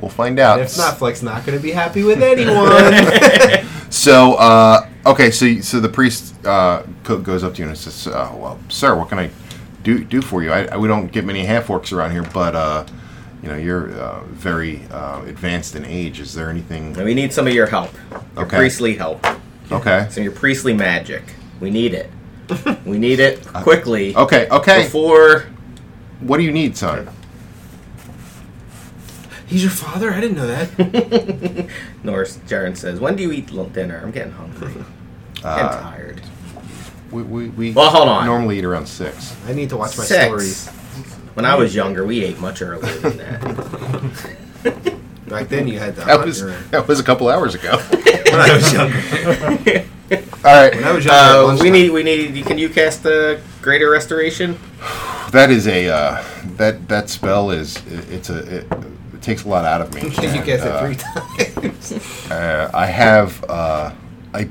we'll find out.
And if not, Fleck's not gonna be happy with anyone.
So uh, okay, so so the priest uh, co- goes up to you and says, uh, "Well, sir, what can I do do for you? I, I- we don't get many half orcs around here, but uh, you know you're uh, very uh, advanced in age. Is there anything?
we need some of your help. Your
Okay.
priestly help.
Okay,
Some of your priestly magic. We need it. We need it quickly.
okay, okay.
Before.
What do you need, son?
He's your father? I didn't know that.
Norris Jaren says, When do you eat l- dinner? I'm getting hungry. I'm
Uh,
tired.
we, we, we
Well, hold on.
Normally eat around six.
I need to watch my
Six.
stories.
When I was younger, we ate much earlier than that.
Back then, you had to.
That was that was a couple hours ago.
when I was younger.
All right,
When I was younger, at
uh, we
lunchtime.
need, we need. Can you cast the Greater Restoration?
that is a uh, that that spell is it's a it, it takes a lot out of me.
Can you
And,
guess it
uh,
three times?
Uh, I have uh, I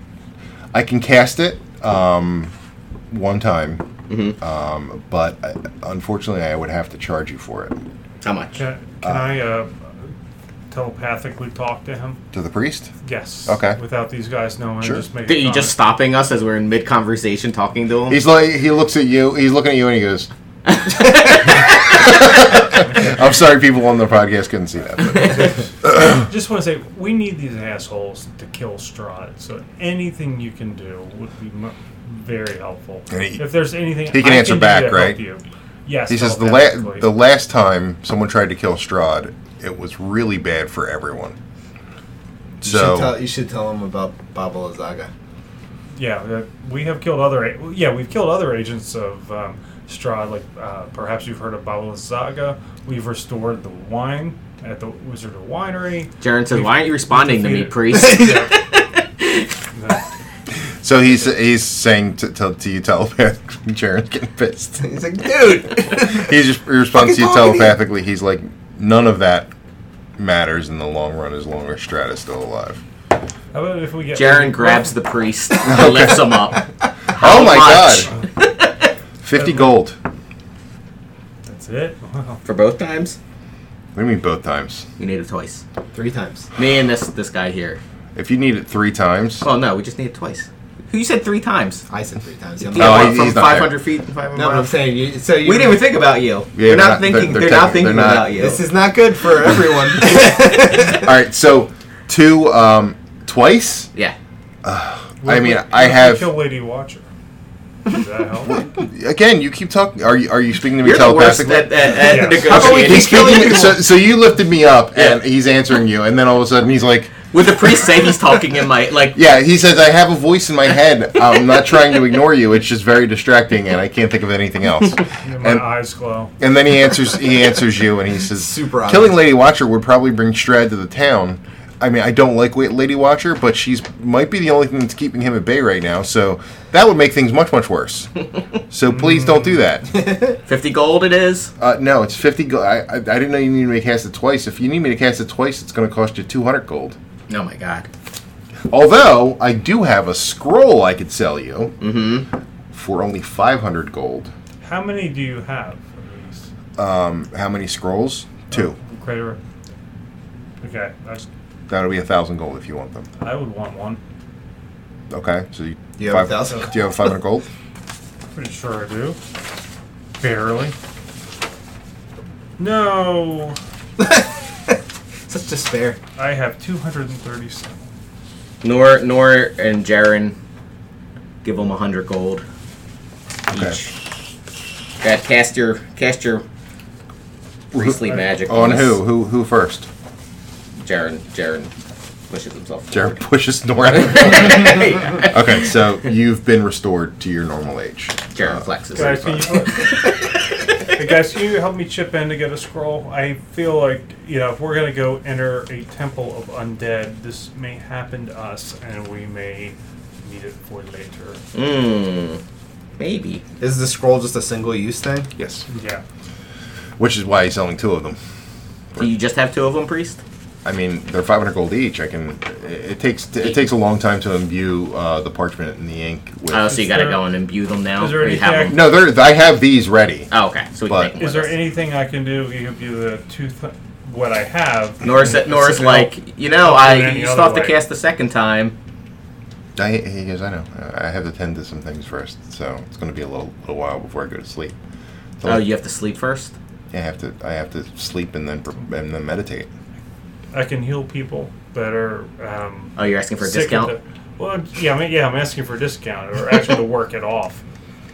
I can cast it um, one time, um, but I, unfortunately, I would have to charge you for it
How much?
Can, can I uh, telepathically talk to him?
to the priest.
Yes.
Okay.
Without these guys knowing,
Sure.
just make.
Are you just stopping us as we're in mid conversation talking to him?
He's like he looks at you. He's looking at you, and he goes. I'm sorry, people on the podcast couldn't see that. but-
Just want to say, we need these assholes to kill Strahd. So anything you can do would be mu very helpful.
And he-
if there's anything
he can
I
answer
do
back,
to help
right?
You. Yes.
He says the la-
telepathically.
the last time someone tried to kill Strahd, it was really bad for everyone.
you, should
So
tell, you should tell him about Baba Lazaga.
Yeah, uh, we have killed other. a- well, Yeah, we've killed other agents of um, Strahd. Like uh, perhaps you've heard of Baba Zaga. We've restored the wine at the Wizard of Winery.
Jaren says,
We've-
"Why aren't you responding to me,
defeated-
priest?"
so he's he's saying to, to, to you telepath, Jaren's getting pissed.
He's like, dude.
He just responds to you
Fucking talking to you.
telepathically. He's like, none of that matters in the long run as long as Strat is still alive.
How about if we get
Jaren grabs the priest and lifts him up.
oh my
much?
god! 50 gold. What
That's it. Wow.
For both times,
do you mean both times?
you need it twice.
Three times.
Me and this this guy here.
If you need it three times,
Oh no, we just need it twice. Who you said three times?
I said three times.
You
Oh,
went
he's-
from
he's not
500 feet to 500
no, but I'm
miles.
saying you. So you,
We didn't even think about you.
Yeah,
they're
they're
not
not- they're-
thinking. They're,
they're
not
taking-
thinking
they're not-
about you.
This is not good for everyone.
All right, so two, um, twice.
yeah.
I mean,
What if
I
we
have.
kill Lady Watcher. Does that help?
Again, you keep talking. Are you are you speaking to me
You're the worst
telepathically?
at, at, at
Yeah.
How about we
negotiating.
keep speaking- So, so you lifted me up, and he's answering you, and then all of a sudden he's like,
Would the priest say he's talking in my like?
"Yeah." He says, "I have a voice in my head. I'm not trying to ignore you. It's just very distracting, and I can't think of anything else."
And my
And-
eyes glow.
And then he answers. He answers you, and he says,
Super obvious.
Killing Lady Watcher would probably bring Strad to the town. I mean, I don't like Wa- Lady Watcher, but she's might be the only thing that's keeping him at bay right now. So that would make things much much worse. So please don't do that.
Fifty gold it is.
Uh, no, it's fifty. Go- I, I I didn't know you needed me to cast it twice. If you need me to cast it twice, it's going to cost you two hundred gold.
Oh my god.
Although I do have a scroll I could sell you for only five hundred gold.
How many do you have? of these?
Um, how many scrolls? Two.
Crater. Okay, that's,
That'll be a thousand gold if you want them.
I would want one.
Okay, so you,
You have a thousand
Do you have five hundred gold?
Pretty sure I do. Barely. No,
Such despair.
I have 237.
Nor Nor and Jaren give them hundred gold
Okay.
each. That cast your cast your priestly magic
On
us.
who? Who? Who first?
Jaren Jaren pushes himself.
Jared
forward.
pushes Nora. okay, so you've been restored to your normal age.
Jaren
Uh,
flexes.
Guys, can you, hey guys, can you help me chip in to get a scroll? I feel like, you know, if we're going to go enter a temple of undead, this may happen to us and we may need it for later.
Mm, maybe.
Is the scroll just a single use thing?
Yes.
Yeah.
Which is why he's selling two of them.
Do you just have two of them, priest?
I mean, they're five hundred gold each. I can. It it takes. It takes a long time to imbue uh, the parchment and the ink with.
Oh, so you
Is
gotta
there-
go and imbue them now.
is there
or you
any
have
tag-
'em-
no, they're. I have these ready.
Oh, okay. So we
But-
can take them
Is
with
there
us.
anything I can do to give you the two th- what I have?
Norris,
and
Norris,
help-
like you know,
help
I
in any
you still
other
have to
way?
cast the second time.
I, he goes. I know. I have to tend to some things first, so it's going to be a little, little while before I go to sleep. So
Oh, you have to sleep first.
I have to. I have to sleep and then pre- and then meditate.
I can heal people that are um,
Oh, you're asking for a
sick at
discount.
the- well, yeah, I mean, yeah, I'm asking for a discount or actually to work it off.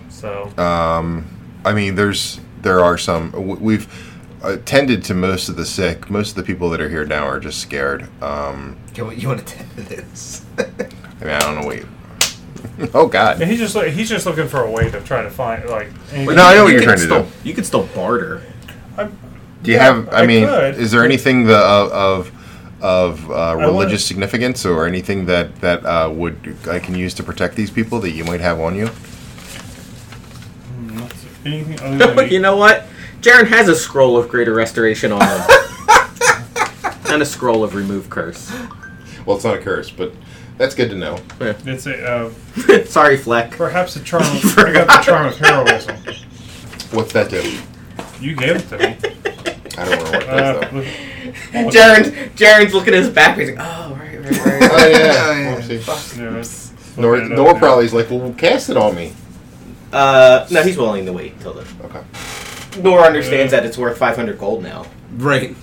So
Um, I mean, there's there are some w- we've attended to most of the sick. Most of the people that are here now are just scared. Um,
Can we, you want to tend to this?
I mean, I don't know what. You, oh God.
and he's just like, he's just looking for a way to try to find like. anything-
No, I know what
You
you're
can
trying to
still,
do.
You can still barter.
I'm-
Do you
yeah,
have? I,
I
mean,
could.
is there anything the of of uh, religious
wanna-
significance or anything that that uh, would I can use to protect these people that you might have on you?
Anything other than
you know what? Jaren has a scroll of greater restoration on him, and a scroll of remove curse.
Well, it's not a curse, but that's good to know.
it's a, uh,
Sorry, Fleck.
perhaps a charm. Of, I got the charm of heroism.
What's that do?
You gave it to me.
I don't want to work
Uh,
that
look-
Jaren's Jaren's looking at his back. He's like, oh, right, right, right.
Oh
yeah.
yeah. Whoopsie.
no, it's-
Nor,
look it up
Nor
now.
probably's like, well, cast it on me.
Uh, no, he's willing to wait till the.
Okay.
Nor understands that it's worth 500 gold now.
Right.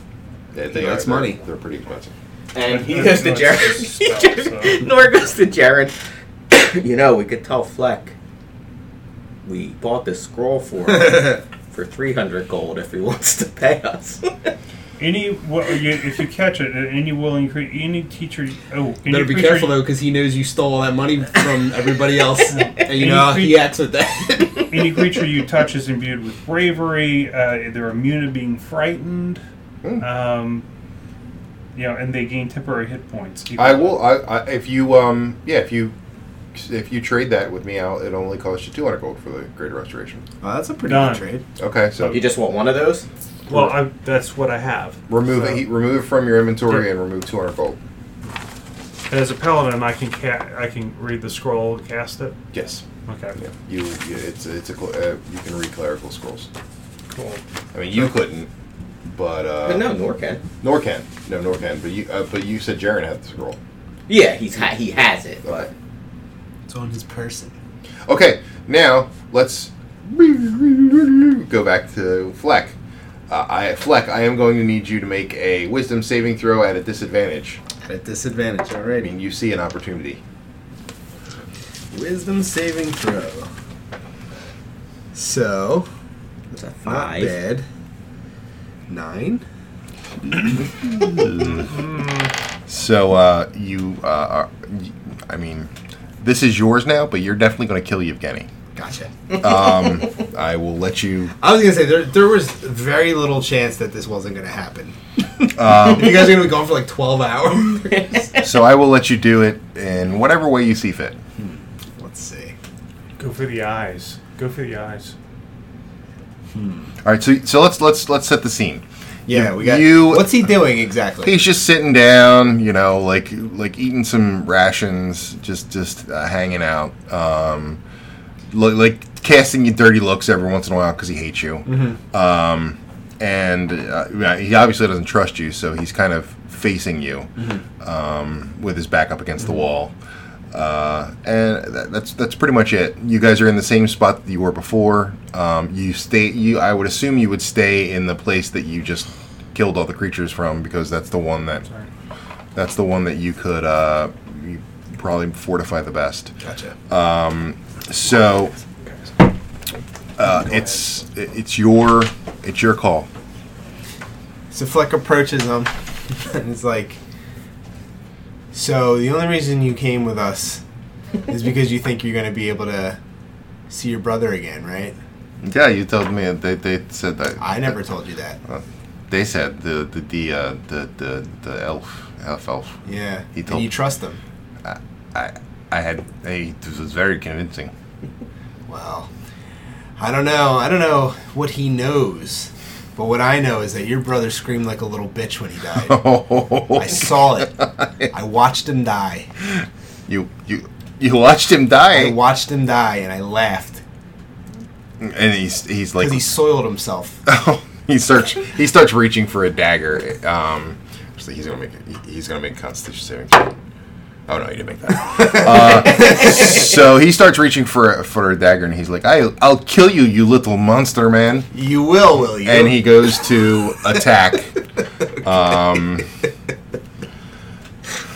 That's
Yeah, it's money.
They're, pretty expensive.
And he
I
goes to
think that's a spell,
Jared.
so-
Nor goes to Jared. you know, we could tell Fleck. We bought this scroll for him for 300 gold if he wants to pay us.
Any well, you, if you catch it, any will increase. Any teacher. Oh, any
Better be
creature-
careful though, because he knows you stole all that money from everybody else, and you know how he acts with that.
Any creature you touch is imbued with bravery. Uh, they're immune to being frightened.
Hmm.
Um, you know, and they gain temporary hit points. You
I will. I, I if you um yeah if you if you trade that with me, I'll, it only costs you two hundred gold for the greater restoration.
Oh, that's a pretty
Done.
good trade.
Okay, so
you just want one of those?
Well, I, that's what I have.
remove
So-
it. Remove it from your inventory and remove two hundred gold.
And as a paladin, I can ca- I can read the scroll and cast it.
Yes.
Okay,
Yeah. You. you it's it's a. cl- Uh, you can read clerical scrolls.
cool.
I mean, you couldn't, but uh,
no, Nor can.
nor can. No, nor can. But you. Uh, but you said Jaren had the scroll.
Yeah, he's ha- he has it, but
It's on his person.
Okay, now let's go back to Fleck. Uh, I Fleck, I am going to need you to make a wisdom saving throw at a disadvantage.
At a disadvantage
I
already.
mean, you see an opportunity.
Wisdom saving throw. So,
It's a
not
five.
bad. Nine.
So uh, you, uh, are, y- I mean, this is yours now, but you're definitely going to kill Yevgeny.
Gotcha.
Um, I will let you.
I was gonna say there there was very little chance that this wasn't gonna happen. you guys are gonna be gone for like twelve hours.
So I will let you do it in whatever way you see fit.
Let's see.
Go for the eyes. Go for the eyes.
All right. So so let's let's let's set the scene.
Yeah, we got
You-
What's he doing exactly?
He's just sitting down, you know, like like eating some rations, just just uh, hanging out, um, lo- like casting you dirty looks every once in a while because he hates you, um, and uh, yeah, he obviously doesn't trust you, so he's kind of facing you um, with his back up against the wall, uh, and that, that's that's pretty much it. You guys are in the same spot that you were before. Um, you stay. You I would assume you would stay in the place that you just killed all the creatures from because that's the one that
Sorry.
that's the one that you could uh, you probably fortify the best.
Gotcha.
Uh, So uh, it's it- it's your it's your call.
So Fleck approaches him and it's like So the only reason you came with us is because you think you're gonna be able to see your brother again, right?
Yeah, you told me they, they said that.
I never told you that.
They said the the the uh, the, the the elf elf elf.
Yeah.
He
and
told-
you trust him.
I I had I, this was very convincing.
Well, I don't know. I don't know what he knows. But what I know is that your brother screamed like a little bitch when he died.
Oh,
I saw it. I watched him die.
you you you watched him
I
die,
watched him die and I laughed
and he's he's like
because he soiled himself.
he starts he starts reaching for a dagger. Um, so he's gonna make a- he's gonna make a Constitution saving throw. Oh no, he didn't make that. uh, so he starts reaching for a, for a dagger, and he's like, I, "I'll kill you, you little monster, man!"
You will, will you?
And he goes to attack. Um,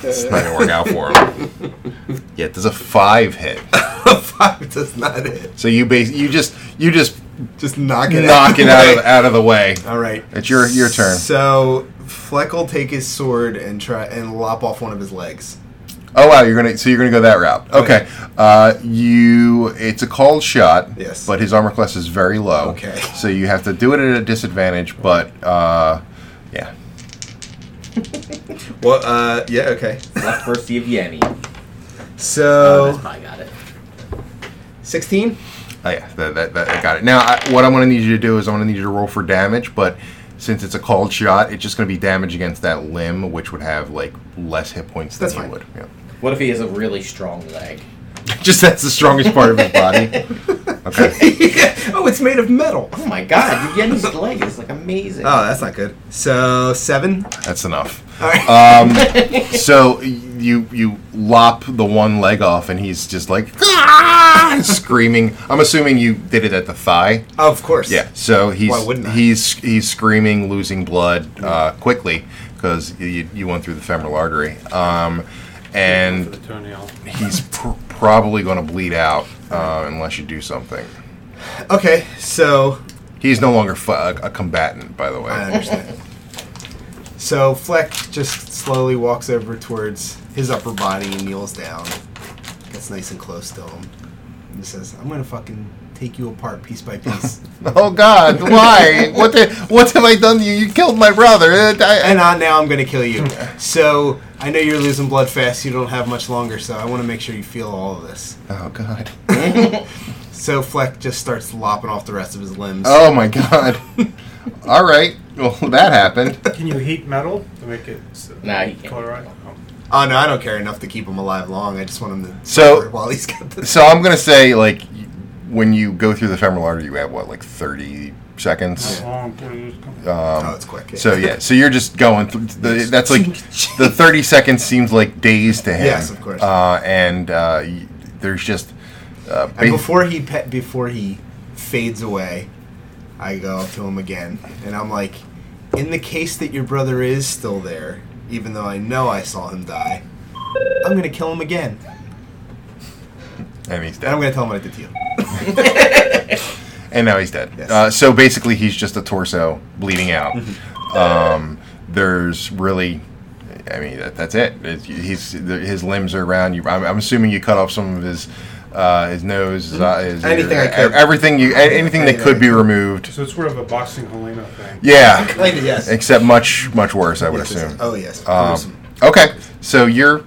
it's not gonna work out for him. Yeah, there's a five hit.
five does not hit.
So you base you just you just
Just knock it.
knock it out of out of the way.
All right.
It's your your turn.
So Fleck will take his sword and try and lop off one of his legs.
Oh wow, you're gonna so you're gonna go that route. Okay, uh, you it's a cold shot.
Yes.
but his armor class is very low.
Okay.
so you have to do it at a disadvantage. But uh, yeah,
Well, uh, yeah, okay.
Left versus Yevgeny.
Oh,
So
I got it.
sixteen.
oh, yeah, that, that, that I got it. Now I, what I'm gonna need you to do is I'm gonna need you to roll for damage, but since it's a cold shot, it's just gonna be damage against that limb, which would have like less hit points than
That's
you
fine.
would. Yeah.
What if he has a really strong leg?
just that's the strongest part of his body. Okay.
oh, it's made of metal.
Oh my god, Yevgeny's leg is like amazing.
Oh, that's not good. So seven.
That's enough.
All right.
Um, so you you lop the one leg off, and he's just like "Ah!" screaming. I'm assuming you did it at the thigh.
of course.
Yeah. So he's
Why wouldn't I?
he's he's screaming, losing blood uh, quickly because you you went through the femoral artery. Um,
For the
and
toenail.
he's pr- probably going to bleed out uh, unless you do something.
Okay. So
He's no longer fu- a, a combatant, by the way.
I understand. so Fleck just slowly walks over towards his upper body and kneels down. Gets nice and close to him. And says, I'm gonna fucking take you apart piece by piece.
Oh God! Why? what? The, what have I done to you? You killed my brother. Uh, I-
and on now I'm gonna kill you. So I know you're losing blood fast, you don't have much longer, so I wanna make sure you feel all of this.
Oh god.
So Fleck just starts lopping off the rest of his limbs.
Oh my god. All right. Well, that happened.
Can you heat metal to make it s-
Nah, he can't.
colorized? Oh.
Oh, no, I don't care enough to keep him alive long. I just want him to
So-
suffer while he's got this.
So I'm gonna say, like, y- when you go through the femoral artery, you have what, like, 30 seconds. Um,
How long do those come-
oh, it's quick.
So yeah. So you're just going through. The, that's like the 30 seconds seems like days to him.
Yes, of course.
Uh, and uh, y- there's just uh,
And
ba-
before he pe- before he fades away, I go up to him again, and I'm like, "In the case that your brother is still there, even though I know I saw him die, I'm gonna kill him again,
and he's
and I'm gonna
dead.
tell him what I did to you."
And now he's dead.
Yes.
Uh, so basically, he's just a torso bleeding out. um, there's really, I mean, that, that's it. It's, he's his limbs are around you. I'm, I'm assuming you cut off some of his. Uh, his nose, his, eye- his
Anything I
ear, e-,
could.
everything you, anything that could be removed.
So it's sort of a boxing Helena thing.
Yeah,
Like yes,
except much, much worse. I would
Yes,
assume.
yes. Oh yes.
Um,
Gruesome.
okay, so you're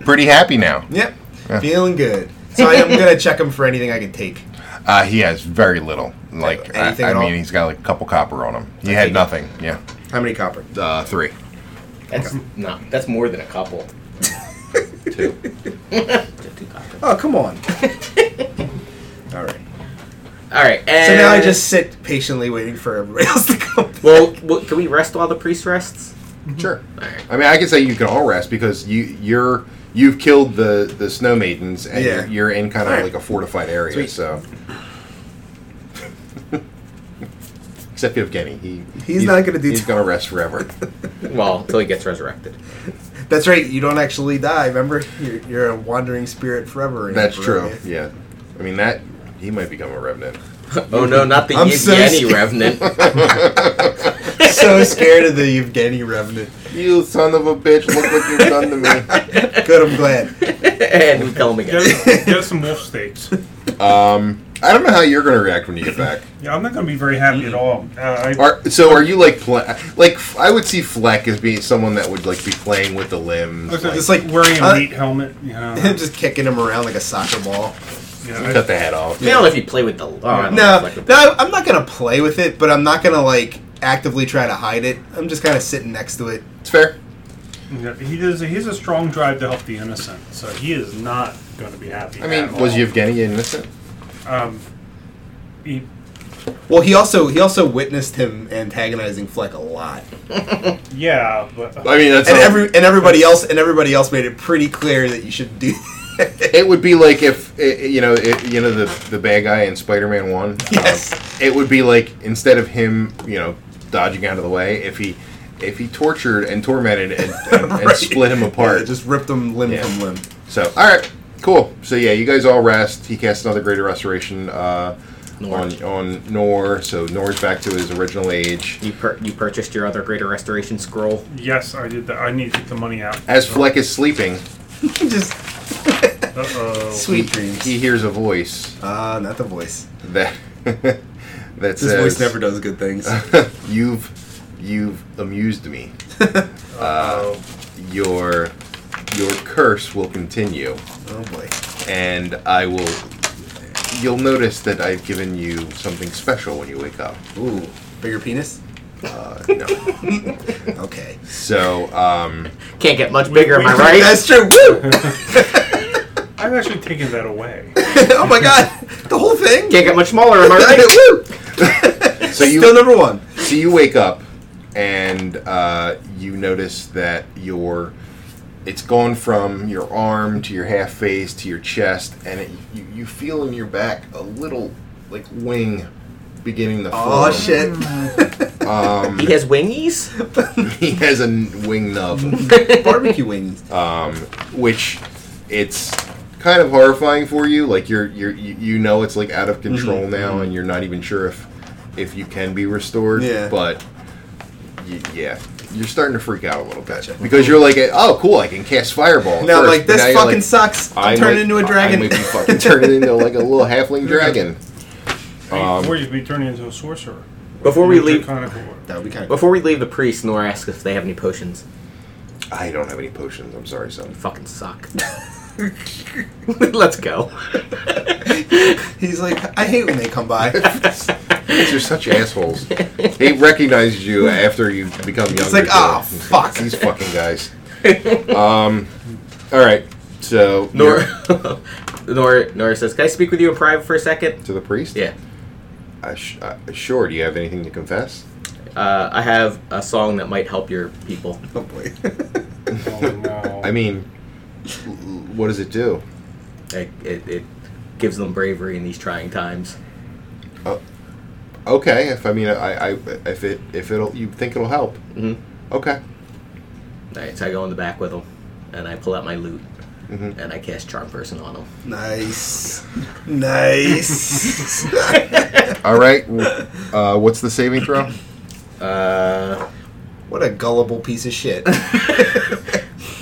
pretty happy now.
Yep.
Yeah.
Feeling good. So I am gonna check him for anything I can take.
Uh, he has very little. Like I,
Anything
I
at all?
mean, he's got like a couple copper on him. He
I
had
think-
nothing. Yeah,
How many copper?
uh, three.
That's not. That's more than a couple.
Two.
Two couples.
Oh come on. All right.
All right.
So
And
now I just sit patiently waiting for everybody else to come.
Well, well, can we rest while the priest rests?
Sure.
All right.
I mean, I can say you can all rest because you you're you've killed the the snow maidens and
Yeah.
you're, you're in kind of
All right.
like a fortified area.
Sweet.
So. Except Evgeny, he he's,
not gonna do
He's
that.
gonna rest forever.
Well, until he gets resurrected.
That's right. You don't actually die. Remember, you're, you're a wandering spirit forever. and
That's
forever,
true. Yeah, I mean that he might become a revenant.
Oh no, not the
I'm
Yevgeny
so scared.
revenant.
yeah. so scared of the Evgeny Revenant.
You son of a bitch! Look what you've done to me.
Good. I'm glad.
and we kill him
Get,
again.
get us some wolf steaks.
Um, I don't know how you're gonna react when you get back.
Yeah, I'm not going to be very happy at all. Uh, I,
Are, so are you like Fle- like I would see Fleck as being someone that would like be playing with the limbs.
Looks like,
like,
Just like
wearing a
uh,
meat helmet. You know,
I'm just kicking him around like a soccer ball.
you know,
cut the head off.
I don't know if you play with the. Oh, I don't know
No,
if it's like a-
no, I'm not gonna play with it, but I'm not gonna like actively try to hide it. I'm just kind of sitting next to it.
It's fair.
Yeah, he does. He's a strong drive to help the innocent, so he is not going to be happy.
I mean,
at
was
all.
Yevgeny innocent?
Um, he,
Well, he also he also witnessed him antagonizing Fleck a lot,
yeah, but uh,
I mean, that's
and
not-
every and everybody else and everybody else made it pretty clear that you should do.
it would be like if i- i- you know i you know the the bad guy in Spider-Man One. um,
Yes.
it would be like instead of him, you know, dodging out of the way, if he if he tortured and tormented and, and, and
Right.
split him apart.
Yeah, just ripped him limb
Yeah.
from limb.
So, all right, cool. So yeah, you guys all rest. He casts another greater restoration uh, on on Nor. So Nor's back to his original age.
You per- you purchased your other greater restoration scroll.
yes, I did that. I need to get the money out.
As Fleck is sleeping,
just
Uh oh.
sweet dreams.
he hears a voice
Ah, not the voice.
that that
This
says,
voice never does good things.
"You've you've amused me.
Uh,
Your your curse will continue,
oh boy.
and I will." You'll notice that I've given you something special when you wake up.
Ooh, bigger penis.
Uh, no.
Okay,
So, um,
Can't get much bigger, am I
we-
right?
that's true. Woo!
I've actually taken that away.
oh my god, the whole thing.
Can't get much smaller, am I right?
Woo!
so you
Still number one.
So you wake up and uh, you notice that your it's gone from your arm to your half face to your chest, and it, you, you feel in your back a little like wing beginning to form.
Oh shit.
Um,
He has wingies.
he has a n- wing nub,
Barbecue wings.
um, which it's kind of horrifying for you. Like you're you're you you know it's like out of
Mm-hmm.
control now, and you're not even sure if if you can be restored.
Yeah.
But y- yeah, you're starting to freak out a little bit because you're like, oh cool, I can cast fireball. at
Now I'm
first,"
like
but
this
now you're
fucking
like,
sucks.
"I
I'm turning
might-
into a
I
dragon.
might be fucking turning into like a little halfling dragon.
Um, or you'd be turning into a sorcerer.
Before we
You're
leave,
draconic or-
that would be kind of.
before we leave the priest, Nora asks if they have any potions.
I don't have any potions. I'm sorry, son.
Fucking suck. Let's go.
He's like, I hate when they come by.
They're such assholes. They recognize you after you become younger.
like,
too.
"Ah, fuck."
these fucking guys. Um, all right. So
Nora,
you're-
Nora, Nora says, "Can I speak with you in private for a second?
to the priest.
Yeah.
I sh- uh, sure. Do you have anything to confess?
Uh, I have a song that might help your people.
Oh boy.
Oh, no.
I mean, l- what does it do?
It, it, it gives them bravery in these trying times.
Okay, if I mean I, I if it if it'll you think it'll help.
Mhm.
Okay.
All right, so I go in the back with them, and I pull out my loot,
Mm-hmm.
and I cast charm person on them.
Nice. Nice.
All right. Uh, what's the saving throw?
Uh,
what a gullible piece of shit.
I,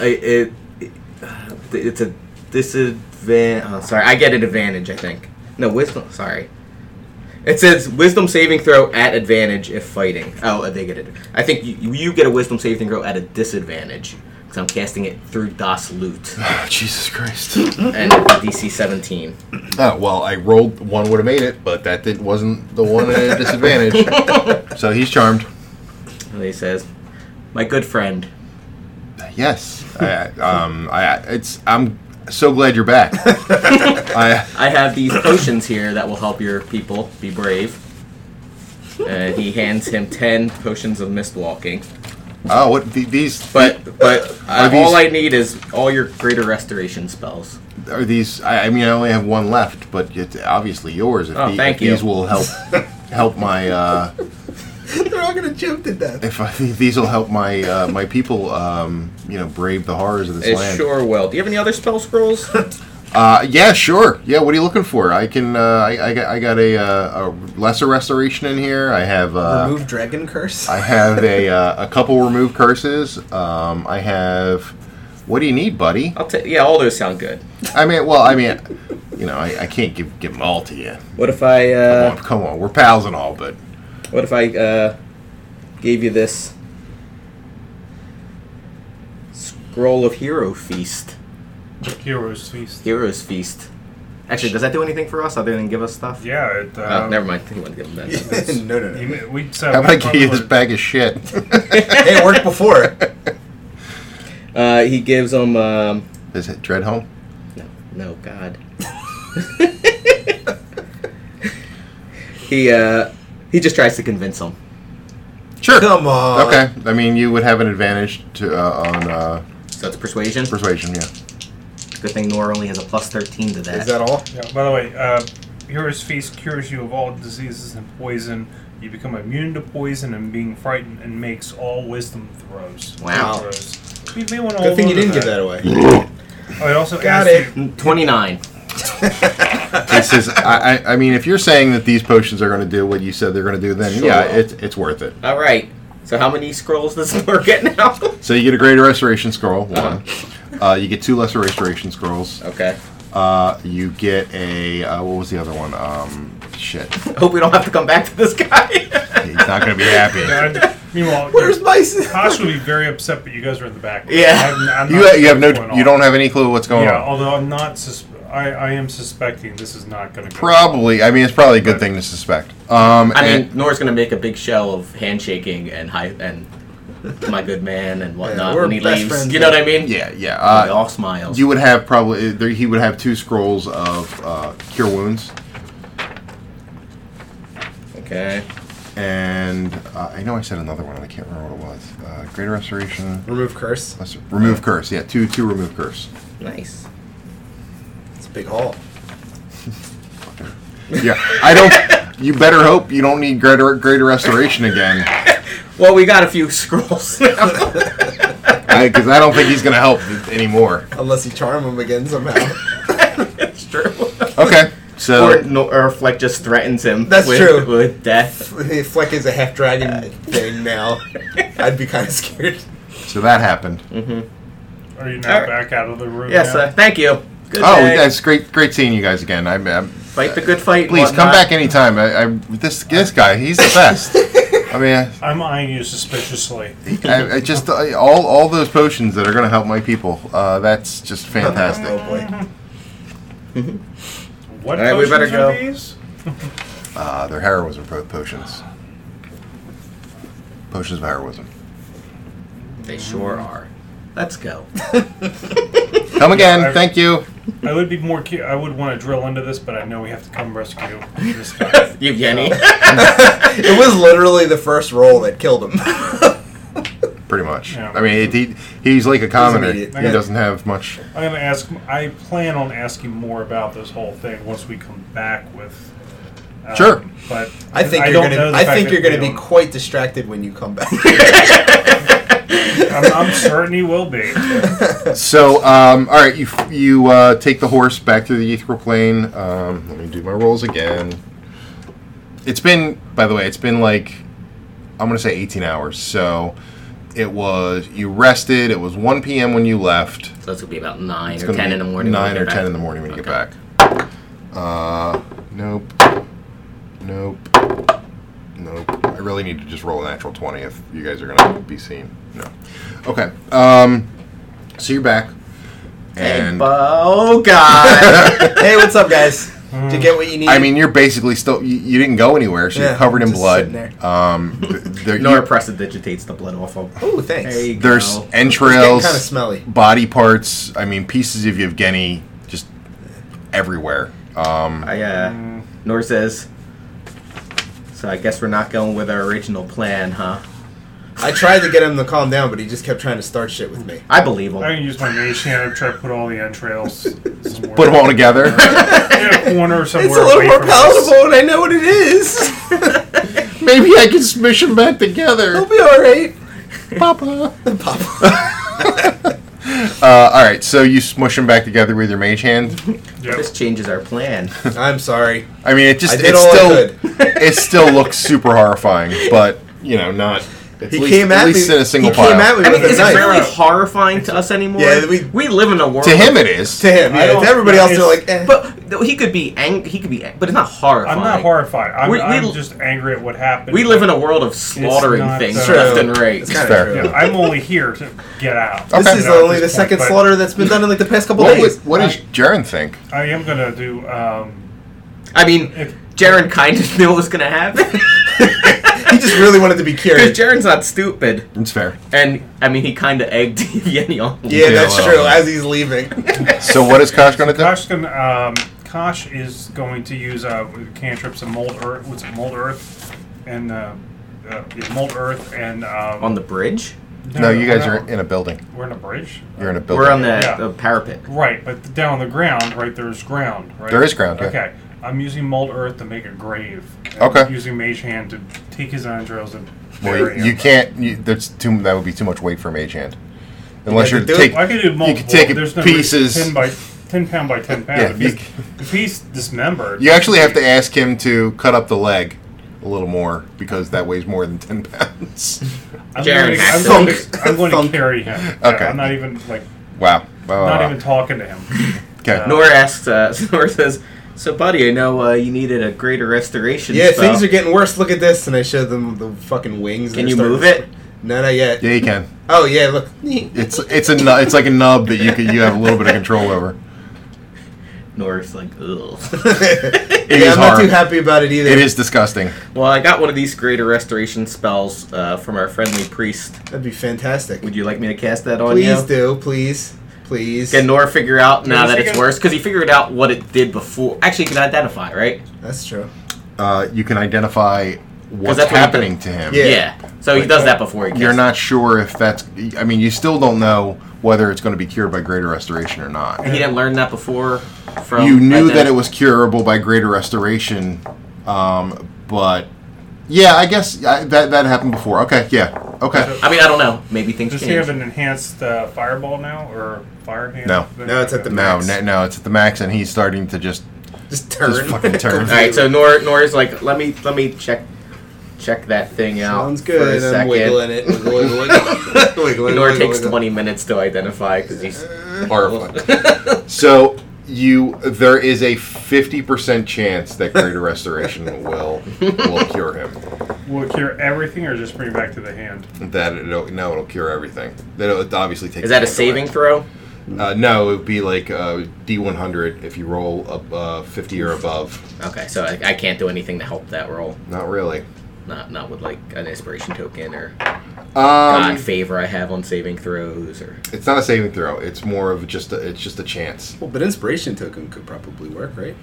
it, it it's a disadvantage. Oh, sorry, I get an advantage. I think no wisdom. Sorry, it says wisdom saving throw at advantage if fighting. Oh, they get it. I think you, you get a wisdom saving throw at a disadvantage because I'm casting it through Das Loot
Jesus Christ.
and DC 17.
Oh, well, I rolled one would have made it, but that did, wasn't the one at a disadvantage. so he's charmed.
And he says, "My good friend,
Yes. I, I- um, I, it's I'm so glad you're back. I,
I have these potions here that will help your people be brave." And he hands him ten potions of mist walking.
oh, what the, these
But but
Are
uh,
these-
all I need is all your greater restoration spells.
are these? I, I mean, I only have one left, but it's obviously yours. If,
Oh,
the-
thank
if
you.
These will help help my uh,
They're all gonna jump to death.
if I, these will help my uh, my people. Um, you know, brave the horrors of this
It
land.
sure will. Do you have any other spell scrolls?
Uh, yeah, sure. Yeah, what are you looking for? I can. Uh, I, I got. I got a, uh, a lesser restoration in here. I have. Uh,
Remove dragon curse.
I have a uh, a couple remove curses. Um, I have. What do you need, buddy?
I'll take. Yeah, all those sound good.
I mean, well, I mean, you know, I, I can't give give them all to you.
What if I
Come on,
uh,
come on, we're pals and all, but
what if I uh, gave you this scroll of hero feast?
Heroes Feast.
Heroes feast. Actually, does that do anything for us other than give us stuff?
Yeah, it, uh,
Oh, never mind. He wouldn't give them that.
no, no, no.
you
Hey,
ma- we so
how about I
we
give you this
probably-
bag of shit?
it worked before.
Uh, he gives them. Um,
Is it Dreadhome?
No, no, God. he uh, he just tries to convince him.
Sure.
Come on.
Okay. I mean, you would have an advantage to uh, on uh,
So it's persuasion.
persuasion. Yeah.
Good thing Nora only has a plus thirteen to that.
Is that all?
Yeah, by the way, uh, Heroes Feast cures you of all diseases and poison. You become immune to poison and being frightened, and makes all wisdom throws.
Wow.
Throws. You may want to
Good thing you didn't give that away.
Oh, it also
Got
asks you-
Twenty nine.
It says, I, I, I mean, if you're saying that these potions are going to do what you said they're going to do, then
Sure.
yeah, it's it's worth it.
All right. So how many scrolls does Nora get now?
So you get a greater restoration scroll, one. Uh, you get two lesser restoration scrolls.
okay.
Uh, you get a uh, what was the other one? Um, shit, he's
Hope we don't have to come back to this guy.
not going to be happy.
God. Meanwhile,
Where's my?
Tosh would be very upset, but you guys are in the back.
Yeah.
I'm- I'm
You
not
you have no
going
you
on.
don't have any clue what's going
Yeah,
on.
although I'm not. Sus- I I am suspecting this is not going to go.
Probably, I mean, it's probably a good thing to suspect. Um,
I
and-
mean, Nora's gonna make a big show of handshaking and high and my good man and whatnot
we're
when he
best
leaves.
friends
you know what
now.
I mean?
yeah, yeah.
We
Uh,
all smiles.
you would have probably uh, there, he would have two scrolls of uh, cure wounds.
okay.
and uh, I know I said another one, and I can't remember what it was. Uh, Greater Restoration.
Remove curse.
let's- Remove curse. Yeah, two two remove curse.
Nice.
It's a big haul.
Yeah, I don't. You better hope you don't need greater greater restoration again,
Well, we got a few scrolls now.
because uh, I, don't think he's gonna help anymore.
Unless you charm him again somehow.
it's true.
Okay,
Or,
so
no, or if, like, just threatens him
That's
with,
true.
with death.
If Fleck is a half dragon thing now, I'd be kind of scared.
so that happened.
Are you now
Alright.
back out of the room?
Yes,
now?
uh, thank you. Good
Oh,
day.
that's great! Great seeing you guys again. I'm, i
Fight the good fight. and
please come
whatnot.
back anytime. I, I this this guy, he's the best. I mean,
I'm eyeing you suspiciously.
I, I just I, all all those potions that are gonna help my people. Uh, that's just fantastic.
Oh boy.
What
Alright, we
potions
better
are
go.
these?
Uh, their heroism po- potions. Potions of heroism.
They sure are. Let's go.
Come again.
I-
Thank you.
I would be more. Cu- I would want to drill into this, but I know we have to come rescue this guy.
Evgeny.
It was literally the first roll that killed him.
pretty much.
Yeah.
I mean, it, he he's like a commoner. He
idiot. Yeah.
doesn't have much.
I'm gonna ask. I plan on asking more about this whole thing once we come back with. um,
Sure.
but
I think
I
you're
don't know
gonna.
the
I
fact
think
that
you're gonna
we
be
don't-
quite distracted when you come back.
I'm, I'm certain he will be.
So, um, all right, you f- you uh, take the horse back through the ethereal plane. Um, let me do my rolls again. It's been, by the way, it's been like I'm gonna say 18 hours. So, it was you rested. It was 1 p.m. when you left.
So it's gonna be about nine
It's
or
gonna
ten
be
in the morning. when we
Nine
get
or
back.
ten in the morning when you
Okay.
get back. Uh, nope. Nope. Nope. I really need to just roll a natural twenty if you guys are gonna be seen. No. Okay. Um. So you're back.
hey,
And
bu- oh god. hey, what's up, guys? Did you get what you need?
I mean, you're basically still. You, you didn't go anywhere, so
Yeah,
you're covered in
just
blood.
sitting there.
Um. th- there- you-
Neuroprestidigitates the blood off of.
oh, thanks.
There you go.
there's
Getting
entrails,
kind of smelly.
body parts. I mean, pieces of Yevgeny just everywhere. Um.
I, uh, Nor says. So I guess we're not going with our original plan, huh?
I tried to get him to calm down, but he just kept trying to start shit with me.
I believe
I
him.
can use my mage hand to try to put all the entrails somewhere.
Put them all together.
in a corner somewhere.
It's a little
away
more
from
palatable, and I know what it is.
Maybe I can smush them back
It'll
together,
be all right.
Papa.
Oh, Papa.
Uh, all right, so you smush them back together with your mage hand.
us. Yep.
This changes our plan.
I'm sorry.
I mean, it just
I
it
did all I
still
could.
it still looks super horrifying, but you know, not. At
He
least,
came at
at least
me-
in a single
he
pile.
came at me
I mean,
With a
is it
knife.
really horrifying to us anymore?
Yeah, we-
live in a world
To him, it is.
To him,
I
yeah.
don't-
To everybody
yeah,
else, they're like,
it's-
eh.
But though he could be ang- He could be, ang- but it's not horrifying.
I'm not horrified. I'm,
We- we-
I'm just angry at what happened.
We live in a world of slaughtering
not,
things
uh,
True.
left and right.
It's kind
fair.
of true.
Yeah, I'm only here to get out.
This
Okay.
is
You know, at
only the
this point,
second
but
slaughter that's been done in like the past couple
What,
days.
would, what does Jaren think?
I am gonna do. Um,
I mean,
If-
Jaren kind of knew what was gonna happen
he just really wanted to be
because
cured.
Jaren's not stupid,
It's fair.
and I mean, he kind of egged Yevgeny on.
Yeah, that's
well.
true. As he's leaving,
So what is Kosh going to do?
Kosh can. Um, Kosh is going to use uh, cantrips and mold earth. What's it, mold earth? And uh, uh, yeah, mold earth and um,
on the bridge.
No, you guys
we're
are
not-
in a building.
We're in a bridge.
You're in a building.
We're on the,
Yeah.
the parapet.
Right, but down on the ground, right, there's ground, right?
There is ground, yeah.
Okay. I'm using Mold Earth to make a grave. and
Okay.
using Mage Hand to take his entrails and
Well,
bury
you,
him.
you can't. You, there's too. That would be too much weight for mage hand. Unless
You have
you're
to do it.
take.
Well, I can do multiple.
take
There's
pieces.
No, 10 by 10 pound by 10 pound.
Yeah,
if
you
you, if he's dismembered.
You actually have to ask him to cut up the leg a little more because that weighs more than ten pounds.
I'm
Jared,
going to, I'm
thunk.
going to, I'm going
Thunk.
to carry him. Yeah,
Okay.
I'm not even, like,
Wow. Uh,
not even talking to him.
okay.
Nor asks. Uh, Nor says, "So, buddy, I know uh, you needed a greater restoration.
yeah,
spell.
things are getting worse. Look at this, and I showed them the fucking wings.
Can
and
you
they're
move
starting
it?
to- No, not yet.
Yeah, you can.
Oh yeah, look.
It's it's a nu- it's like a nub that you can you have a little bit of control over.
Nor's like, ugh.
It is
yeah, I'm not
hard.
too happy about it either.
It is disgusting.
well, I got one of these greater restoration spells uh, from our friendly priest.
That'd be fantastic.
Would you like me to cast that on you?
Please do, please, please.
Can Nor figure out now
Wait a
that it's
second.
worse? Because he figured out what it did before. Actually, he can identify, right?
That's true.
Uh, you can identify what's
that's what he
happening
did.
to him.
Yeah.
So he does that before he casts.
You're not sure if that's. I mean, you still don't know whether it's going to be cured by greater restoration or not.
He didn't learn that before. From
you knew
identif-
that it was curable by greater restoration, um, but yeah, I guess I, that that happened before. Okay, yeah, okay.
I mean, I don't know. Maybe things
Does he
change.
have an enhanced uh, fireball now or fire hand?
No.
No, it's at the
No,
Max.
no, no, it's at the max, and he's starting to just
Just turn.
Just fucking turn.
All right. So Nor Nor is like, let me let me check check that thing out.
Sounds
For a
good. I'm
second.
wiggling it. Wiggle, wiggle, wiggle. Wiggle, wiggle,
Nor
wiggle,
takes
wiggle.
20 minutes to identify because he's
so you there is a 50% chance that greater restoration will will cure him
Will it cure everything or just bring it back to the hand?
that it'll no it'll cure everything that it obviously takes
is that a
the hand away.
saving throw?
uh, no it would be like uh, d100 if you roll up uh, 50 or above
Okay, so I, I can't do anything to help that roll.
not really
Not not with like an inspiration token or
um,
god favor I have on saving throws or
it's not a saving throw it's more of just a, it's just a chance
Well, but inspiration token could probably work, right?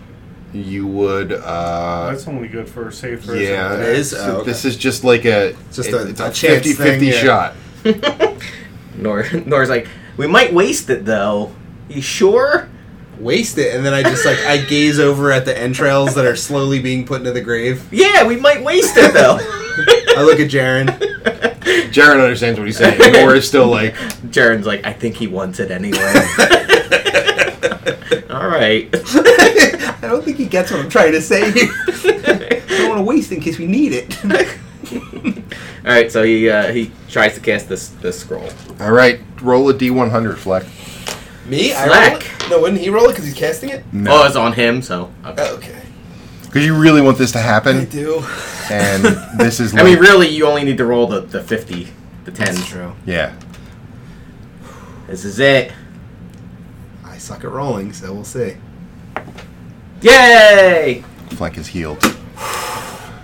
you would uh,
That's only good for safe.
yeah
It is? Oh,
this is just like a
Just
it-
a-
it's
a
a
chance
50
thing, yeah.
shot
Nor Nor's like, we might waste it though. You sure?
Waste it, and then I just like I gaze over at the entrails that are slowly being put into the grave.
Yeah, we might waste it though.
I look at Jaren.
Jared understands what he's saying. Nor is still like,
Jaren's like, I think he wants it anyway. All right.
I don't think he gets what I'm trying to say. I don't want to waste it in case we need it.
All right. So he uh, he tries to cast this this scroll.
all right, roll a d100, Fleck.
Me?
Slack.
I roll it? No, wouldn't he roll it because he's casting it?
No. Uh,
Oh, it's on him. So okay.
Oh, okay.
Because you really want this to
I
happen,
do.
and this is
I
like,
mean, really, you only need to roll the the fifty, the ten.
true.
yeah.
This is it.
I suck at rolling, so we'll see.
Yay!
Fleck is healed.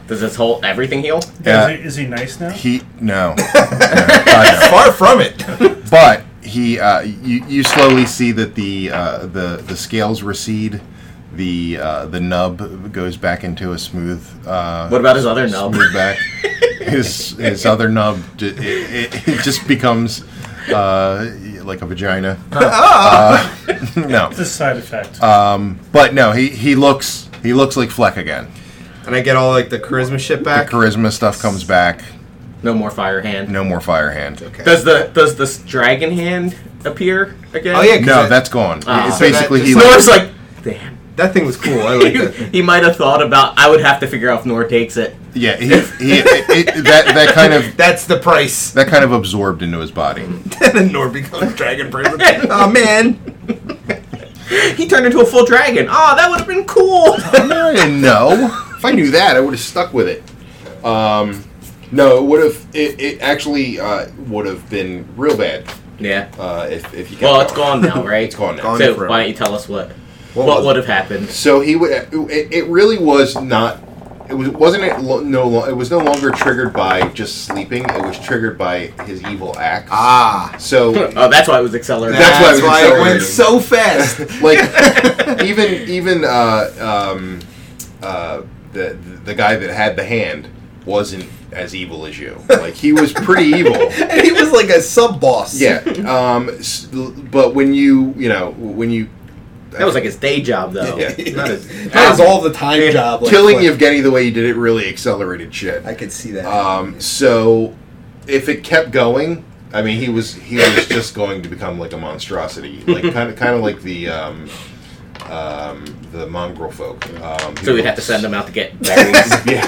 Does this whole everything heal?
Yeah.
Is, he, is he nice now?
He no, no, God, no.
Far from it.
but he uh, you you slowly see that the uh, the the scales recede, the uh, the nub goes back into a smooth. Uh,
What about his other nub?
Smooth back. his his other nub j- it, it, it just becomes uh, like a vagina.
Oh.
Uh, no,
It's a side effect.
Uh, but no, he he looks he looks like Fleck again.
And I get all like the charisma shit
The
back.
charisma stuff comes back.
No more fire hand.
No more fire hand.
okay.
Does the does this dragon hand appear again?
oh yeah, 'cause
No,
that,
that's gone.
Ah.
it's
So
that
basically
just-
he.
Snor's like, damn.
that thing was cool. I like that. thing.
he might have thought about. I would have to figure out if Nor takes it.
Yeah, he, he it, it, that that kind of
That's the price.
that kind of absorbed into his body.
and then Nor becomes dragon person. oh man.
He turned into a full dragon. Oh, that would have been cool.
I didn't know. If I knew that, I would have stuck with it. Um, no, it would have. It, it actually uh, would have been real bad
yeah.
uh, if if you. kept
Well, it's gone now, right?
It's gone now.
Gone.
So
forever.
why don't you tell us what what,
was
would have happened?
So he would. It, it really was not. It was wasn't it lo- no lo- it was no longer triggered by just sleeping. It was triggered by his evil act.
Ah.
So
Oh, that's why it was accelerated.
That's why it was
it went so
accelerating.
fast.
like even even uh, um, uh, the the guy that had the hand wasn't as evil as you. Like he was pretty evil.
and he was like a sub boss.
Yeah. Um, s- but when you you know when you
That was like his day job, though. Um,
Yeah.
Not his-
That was all the time job. like,
killing
what-
Yevgeny the way you did it really accelerated shit.
I could see that.
Um, so if it kept going, I mean, he was he was just going to become like a monstrosity, like kind of kind of like the um, um, the mongrel folk. Um,
so we'd have to send him out to get berries.
Yeah.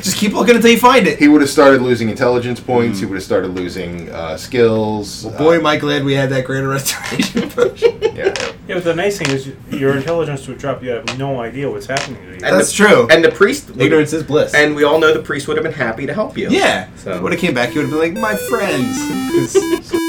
Just keep looking until you find it.
He would have started losing intelligence points. He would have started losing uh, skills.
Boy,
uh,
am I glad we had that greater restoration potion.
yeah.
yeah, but the nice thing is your intelligence would drop. You have no idea what's happening to you.
And
That's
the-
true.
and the priest. would-
Ignorance is bliss.
And we all know the priest would have been happy to help you.
yeah,
So-
would have came back. You would have been like, my friends. 'Cause